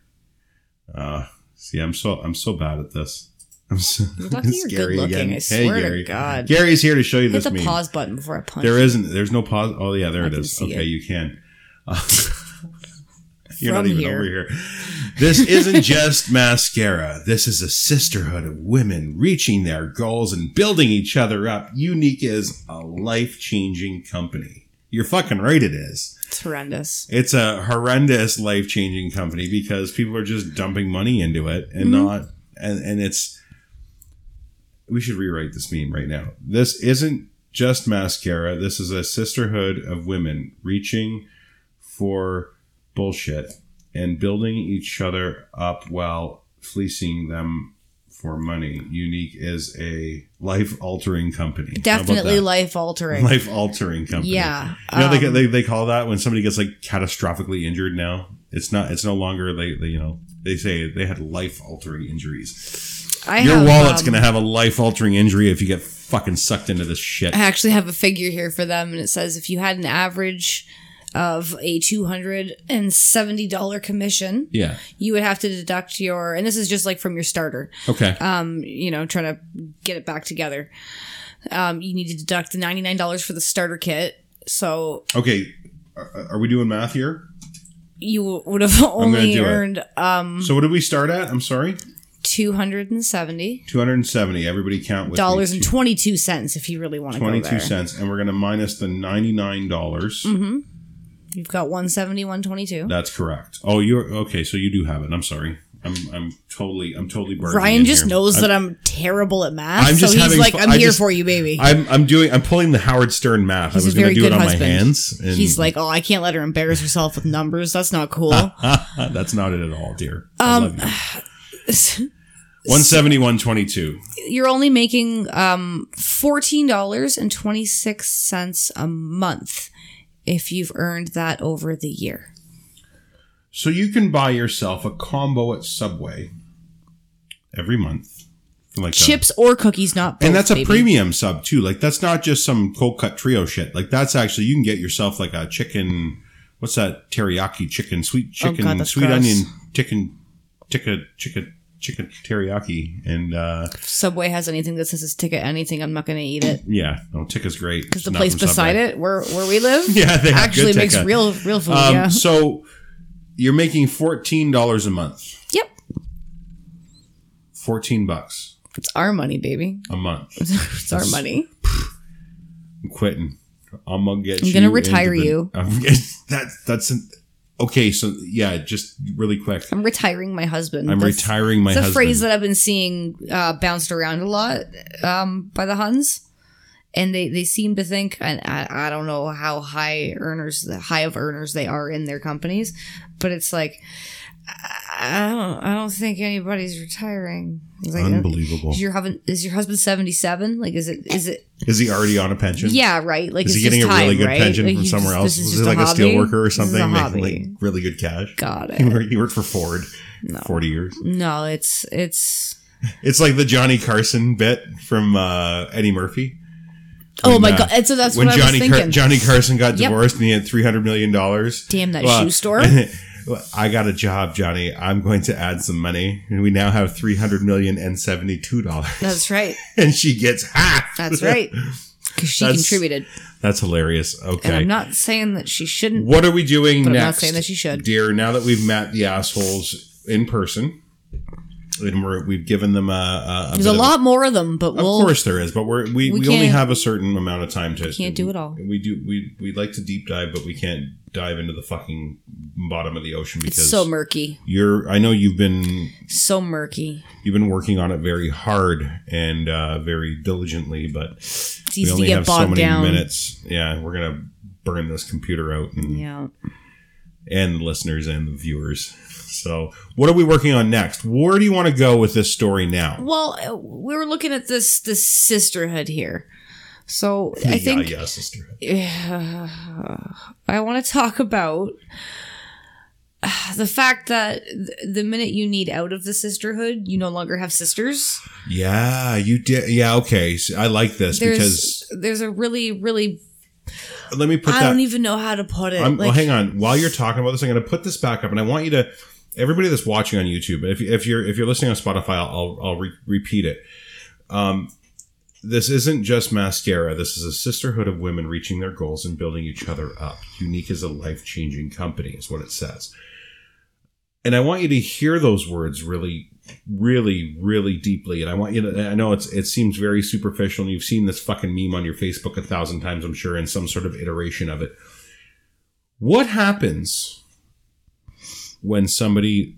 S1: Uh, see, I'm so I'm so bad at this. I'm so [laughs]
S3: lucky
S1: it's
S3: you're
S1: Gary
S3: good-looking, I swear to God.
S1: Gary's here to show you
S3: Hit
S1: this
S3: the
S1: meme.
S3: pause button before I punch.
S1: There isn't. There's no pause. Oh yeah, there
S3: I
S1: it
S3: can
S1: is.
S3: see
S1: Okay,
S3: it.
S1: you can. Uh, [laughs] You're
S3: From
S1: not even
S3: here.
S1: over here. This
S3: [laughs]
S1: isn't just mascara. This is a sisterhood of women reaching their goals and building each other up. Unique is a life changing company. You're fucking right, it is.
S3: It's horrendous.
S1: It's a horrendous life changing company because people are just dumping money into it and
S3: Mm-hmm.
S1: not, and, and it's, we should rewrite this meme right now. This isn't just mascara. This is a sisterhood of women reaching for bullshit and building each other up while fleecing them for money. Unique is a life altering company.
S3: Definitely life altering.
S1: life altering company.
S3: Yeah.
S1: You know, they,
S3: um,
S1: they, they call that when somebody gets like catastrophically injured now. It's not, it's no longer, they, they you know, they say they had life altering injuries.
S3: I
S1: Your
S3: have,
S1: wallet's
S3: um,
S1: going to have a life altering injury if you get fucking sucked into this shit.
S3: I actually have a figure here for them, and it says if you had an average of a two hundred and seventy dollar commission,
S1: Yeah.
S3: you would have to deduct your, and this is just like from your starter.
S1: Okay.
S3: Um, you know, trying to get it back together. Um, you need to deduct the ninety nine dollars for the starter kit. So
S1: okay. Are, are we doing math here?
S3: you would have [laughs] only
S1: do it.
S3: earned um
S1: So what did we start at? I'm sorry.
S3: two hundred and seventy
S1: 270. Everybody count with me.
S3: dollars and twenty two cents if you really want to go there. Mm-hmm.
S1: 22 cents. And we're going to minus the $99. dollars
S3: You've got one seventy one twenty two.
S1: That's correct. Oh, you're okay. So you do have it. I'm sorry. I'm, I'm totally, I'm totally burning
S3: Ryan
S1: in
S3: just
S1: here.
S3: knows
S1: I'm-
S3: that I'm terrible at math,
S1: I'm
S3: so
S1: just
S3: he's
S1: having
S3: like,
S1: fu-
S3: "I'm
S1: I
S3: here
S1: just-
S3: for you, baby."
S1: I'm I'm doing I'm pulling the Howard Stern math.
S3: He's
S1: I was
S3: a
S1: going
S3: very
S1: to do it
S3: good
S1: on
S3: husband.
S1: my hands. And
S3: he's like, "Oh, I can't let her embarrass herself with numbers. That's not cool."
S1: [laughs]
S3: [laughs] Um,
S1: that's not it at all, dear. I love you. 171.22.
S3: you're only making um, fourteen dollars and twenty six cents a month if you've earned that over the year.
S1: So you can buy yourself a combo at Subway every month. for Like a-
S3: Chips or cookies, not both,
S1: and that's a
S3: baby.
S1: premium sub too. Like that's not just some cold cut trio shit. Like that's actually you can get yourself like a chicken. What's that teriyaki chicken? Sweet
S3: Oh,
S1: chicken,
S3: God, that's
S1: sweet
S3: gross.
S1: onion, chicken, chicken, chicken, chicken teriyaki, and uh
S3: If Subway has anything that says it's ticket anything, I'm not going to eat it
S1: yeah, no, tikka's great
S3: because the place beside it, where where we live,
S1: Yeah, they have [laughs]
S3: actually
S1: good
S3: makes
S1: tikka.
S3: real real food.
S1: Um,
S3: yeah.
S1: So you're making fourteen dollars a month,
S3: Yep.
S1: fourteen bucks
S3: It's our money, baby. [laughs]
S1: a month.
S3: It's our money.
S1: I'm quitting. I'm gonna get.
S3: I'm gonna
S1: you into
S3: retire
S1: the-
S3: you.
S1: I'm [laughs] get- that that's an, okay. So yeah, just really quick.
S3: I'm retiring my husband.
S1: I'm
S3: That's-
S1: retiring my
S3: It's a
S1: husband.
S3: phrase that I've been seeing uh, bounced around a lot um, by the Huns, and they, they seem to think, and I, I don't know how high earners, the high of earners they are in their companies, but it's like I I don't I don't think anybody's retiring. It's like,
S1: Unbelievable.
S3: Is your husband is your husband seventy seven? Like, is it is it?
S1: Is he already on a pension?
S3: Yeah, right. Like,
S1: Is
S3: it's
S1: he getting a
S3: just
S1: really
S3: time,
S1: good
S3: right?
S1: pension
S3: Like,
S1: from
S3: you
S1: somewhere
S3: just-
S1: else?
S3: this is
S1: Was he
S3: just
S1: like a,
S3: hobby?
S1: steel worker or
S3: This is a
S1: something, making
S3: hobby.
S1: like really good cash?
S3: Got
S1: He
S3: it.
S1: worked, he worked for Ford forty years.
S3: No, it's it's.
S1: It's like the Johnny Carson bit from uh, Eddie Murphy.
S3: oh
S1: When,
S3: my
S1: uh,
S3: god! And so that's
S1: when
S3: what I was
S1: Johnny
S3: thinking.
S1: Car- Johnny Carson got
S3: Yep.
S1: divorced and he had three hundred million dollars.
S3: Damn that
S1: [laughs]
S3: shoe store.
S1: I got a job, Johnny. I'm going to add some money, and we now have three hundred million and seventy-two dollars. [laughs]
S3: That's right.
S1: And she gets half.
S3: That's right. Because she
S1: That's-
S3: contributed.
S1: [laughs] That's hilarious.
S3: And
S1: Okay.
S3: I'm not saying that she shouldn't.
S1: What are we doing
S3: But I'm
S1: next?
S3: not saying that she should.
S1: dear. Now that we've met the assholes in person, and we're, we've given them a, a, a
S3: There's
S1: bit
S3: a
S1: of-
S3: lot more of them, but
S1: Of
S3: we'll.
S1: course there is, but we're, we
S3: We
S1: we only
S3: can't-
S1: have a certain amount of time to.
S3: can't do it all.
S1: We do we we like to deep dive, but we can't dive into the fucking bottom of the ocean because
S3: It's so murky.
S1: you're. I know you've been
S3: So murky.
S1: you've been working on it very hard and uh, very diligently, but
S3: It's easy to get bogged down.
S1: minutes. Yeah, we're gonna burn this computer out and
S3: Yeah.
S1: and the listeners and the viewers. So, what are we working on next? Where do you want to go with this story now?
S3: Well, uh, we were looking at this this sisterhood here. So I
S1: Yeah,
S3: think
S1: yeah, sisterhood.
S3: I want to talk about uh, the fact that th- the minute you need out of the sisterhood, you no longer have sisters.
S1: Yeah, you did. Yeah, okay. So I like this
S3: There's
S1: because
S3: there's a really really
S1: let me put
S3: I
S1: that.
S3: don't even know how to put it.
S1: I'm, well,
S3: Like-
S1: hang on. While you're talking about this, I'm going to put this back up, and I want you to everybody that's watching on YouTube. If, if you're if you're listening on Spotify, I'll I'll re- repeat it. Um, this isn't just mascara. This is a sisterhood of women reaching their goals and building each other up. Unique is a life changing company, is what it says. And I want you to hear those words really, really, really deeply. And I want you to. I know it's it seems very superficial, and you've seen this fucking meme on your Facebook a thousand times, I'm sure, in some sort of iteration of it. What happens when somebody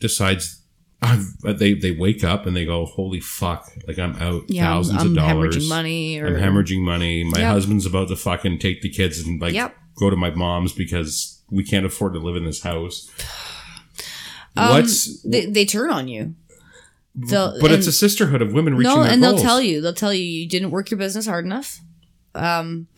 S1: decides I've, they they wake up and they go, "Holy fuck! Like I'm out
S3: yeah, I'm-
S1: thousands
S3: I'm,
S1: of dollars.
S3: hemorrhaging money. Or,
S1: I'm hemorrhaging money. My
S3: Yep.
S1: husband's about to fucking take the kids and like
S3: Yep.
S1: go to my mom's because we can't afford to live in this house."
S3: Um,
S1: What's
S3: they, they turn on you? They'll-
S1: but it's a
S3: and-
S1: sisterhood of women reaching
S3: no,
S1: their
S3: and
S1: goals.
S3: they'll tell you. They'll tell you you didn't work your business hard enough. Um,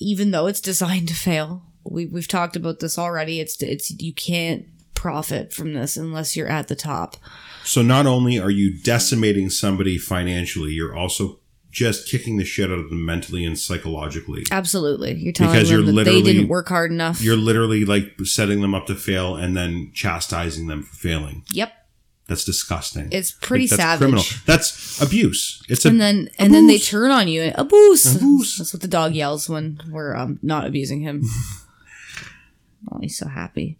S3: even though it's designed to fail, we we've talked about this already. It's it's you can't profit from this unless you're at the top.
S1: So not only are you decimating somebody financially, you're also just kicking the shit out of them mentally and psychologically.
S3: Absolutely, you're telling
S1: Because
S3: them
S1: you're
S3: that
S1: literally-
S3: they didn't work hard enough.
S1: You're literally like setting them up to fail and then chastising them for failing.
S3: yep,
S1: That's disgusting.
S3: it's pretty
S1: Like, that's
S3: savage.
S1: criminal. That's abuse. It's
S3: And
S1: a
S3: then and then they turn on you. and Abuse.
S1: Abuse.
S3: That's what the dog yells when we're um, not abusing him.
S1: [laughs]
S3: oh, he's so happy.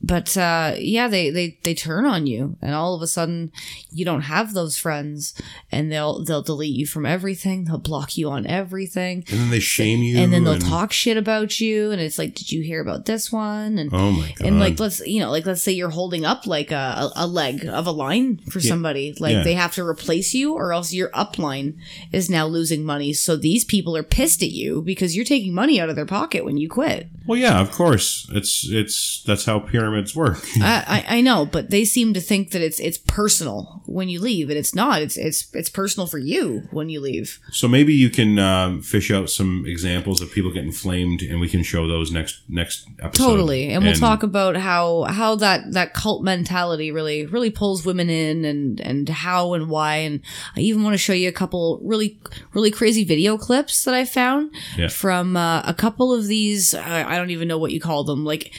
S3: But uh, yeah, they, they they turn on you, and all of a sudden, you don't have those friends, and they'll they'll delete you from everything. They'll block you on everything,
S1: and then they shame you
S3: and then they'll talk shit about you. And it's like, did you hear about this one? And
S1: Oh my god.
S3: and like let's you know like let's say you're holding up like a, a, a leg of a line for somebody like
S1: Yeah.
S3: they have to replace you or else your upline is now losing money so these people are pissed at you because you're taking money out of their pocket when you quit
S1: Well, yeah, of course. It's it's that's how pyramids work.
S3: I, I I know, but they seem to think that it's it's personal when you leave, and it's not. It's it's it's personal for you when you leave.
S1: So maybe you can um, fish out some examples of people getting flamed, and we can show those next next episode.
S3: Totally, and, we'll talk about how how that that cult mentality really really pulls women in, and and how and why, and I even want to show you a couple really really crazy video clips that I found
S1: Yeah.
S3: from uh, a couple of these. uh, I, I don't even know what you call them, like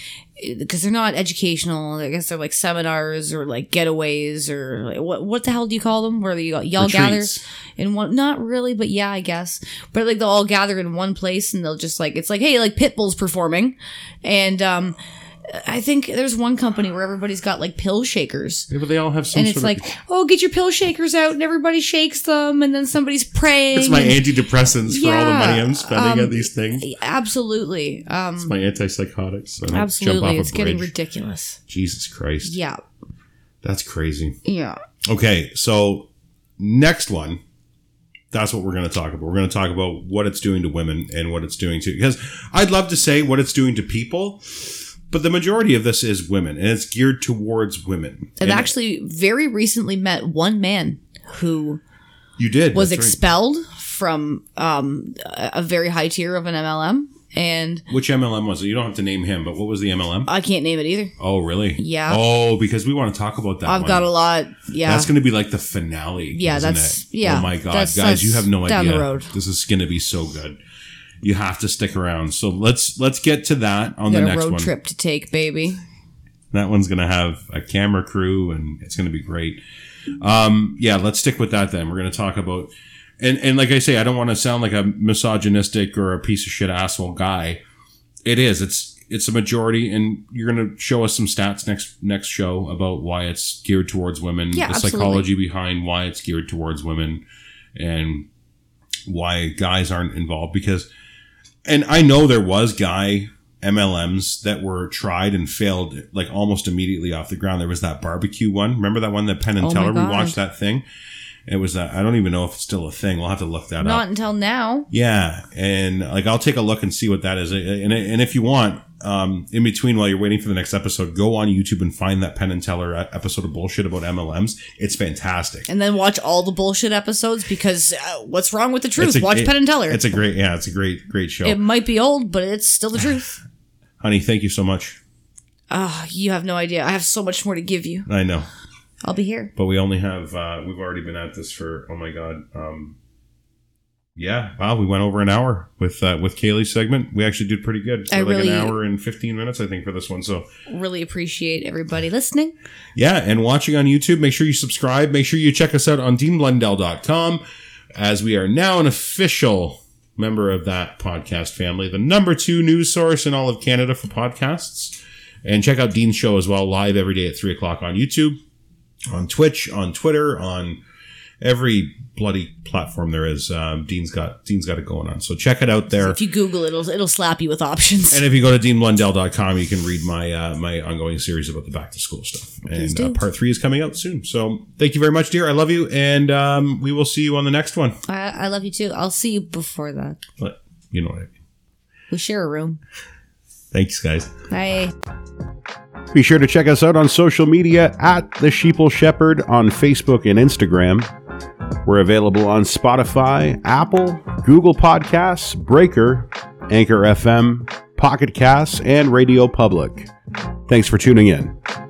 S3: because they're not educational. I guess they're like seminars or like getaways or like, what what the hell do you call them? Where you y'all gather
S1: Retreats.
S3: in one? Not really, but yeah, I guess. But like they'll all gather in one place and they'll just like it's like hey, like Pitbull's performing, and um, I think there's one company where everybody's got like pill shakers.
S1: Yeah, but they all have some.
S3: And
S1: sort
S3: it's
S1: of-
S3: like, oh, get your pill shakers out, and everybody shakes them, and then somebody's praying.
S1: it's my
S3: [laughs] and-
S1: antidepressants for all the
S3: Yeah,
S1: money I'm spending
S3: um,
S1: on these things.
S3: absolutely, um,
S1: It's my antipsychotics. So I don't jump off
S3: absolutely,
S1: a
S3: it's getting
S1: bridge.
S3: ridiculous.
S1: Jesus Christ,
S3: Yeah,
S1: that's crazy.
S3: yeah.
S1: Okay, so next one, that's what we're going to talk about. We're going to talk about what it's doing to women and what it's doing to because I'd love to say what it's doing to people, but the majority of this is women and it's geared towards women.
S3: I've
S1: And
S3: actually very recently met one man who
S1: you did
S3: was
S1: that's right.
S3: expelled from um, a a very high tier of an MLM, and
S1: which MLM was it? You don't have to name him, but what was the MLM?
S3: I can't name it either.
S1: Oh, really?
S3: Yeah.
S1: Oh, because we want to talk about that.
S3: I've
S1: one.
S3: got a lot. Yeah,
S1: Oh, That's going to be like the finale.
S3: Yeah,
S1: isn't
S3: that's-
S1: it?
S3: yeah,
S1: Oh my god,
S3: that's-
S1: guys, you
S3: that's
S1: have no
S3: down the
S1: idea.
S3: road.
S1: This is going to be so good. You have to stick around. So let's let's get to that on the
S3: got a
S1: next
S3: road
S1: one.
S3: trip to take, baby.
S1: That one's going to have a camera crew, and it's going to be great. Um, yeah, let's stick with that then. We're going to talk about and and like I say, I don't want to sound like a misogynistic or a piece of shit asshole guy. It is. It's it's a majority, and you're going to show us some stats next next show about why it's geared towards women,
S3: Yeah,
S1: the
S3: absolutely.
S1: psychology behind why it's geared towards women, and why guys aren't involved because and I know there was guy MLMs that were tried and failed like almost immediately off the ground. There was that barbecue one. Remember that one that Penn and
S3: Oh my
S1: Teller we
S3: God.
S1: watched that thing? It was that I don't even know if it's still a thing. We'll have to look that
S3: Not
S1: up.
S3: until now.
S1: Yeah, and like I'll take a look and see what that is. And and if you want, um, in between while you're waiting for the next episode, go on YouTube and find that Penn and Teller uh, episode of bullshit about MLMs. It's fantastic.
S3: And then watch all the bullshit episodes because uh, what's wrong with the truth?
S1: It's a-
S3: watch
S1: it-
S3: Penn and Teller.
S1: It's a great, yeah, it's a great, great show.
S3: it might be old, but it's still the truth. [sighs]
S1: Honey, thank you so much.
S3: Ah, you have no idea. I have so much more to give you.
S1: I know.
S3: I'll be here.
S1: but we only have uh we've already been at this for oh my god um yeah wow we went over an hour with uh with kaylee's segment we actually did pretty good
S3: I
S1: like
S3: really-
S1: an hour and 15 minutes i think for this one so
S3: Really appreciate everybody listening.
S1: yeah and watching on youtube make sure you subscribe make sure you check us out on deanblundell.com as we are now an official member of that podcast family the number two news source in all of canada for podcasts and check out dean's show as well live every day at 3 o'clock on youtube on twitch on twitter on every bloody platform there is um, dean's got dean's got it going on so check it out there
S3: If you Google it, it'll it'll slap you with options.
S1: and if you go to deanblundell.com, you can read my uh, my ongoing series about the back to school stuff. And uh,
S3: do.
S1: part three is coming out soon. So thank you very much, dear. I love you. And um, we will see you on the next one.
S3: [laughs] I, I love you too. I'll see you before that.
S1: But you know what I mean.
S3: We share a room.
S1: Thanks, guys.
S3: Bye.
S1: Be sure to check us out on social media at The Sheeple Shepherd on Facebook and Instagram. We're available on Spotify, Apple, Google Podcasts, Breaker, Anchor FM, Pocket Casts, and Radio Public. Thanks for tuning in.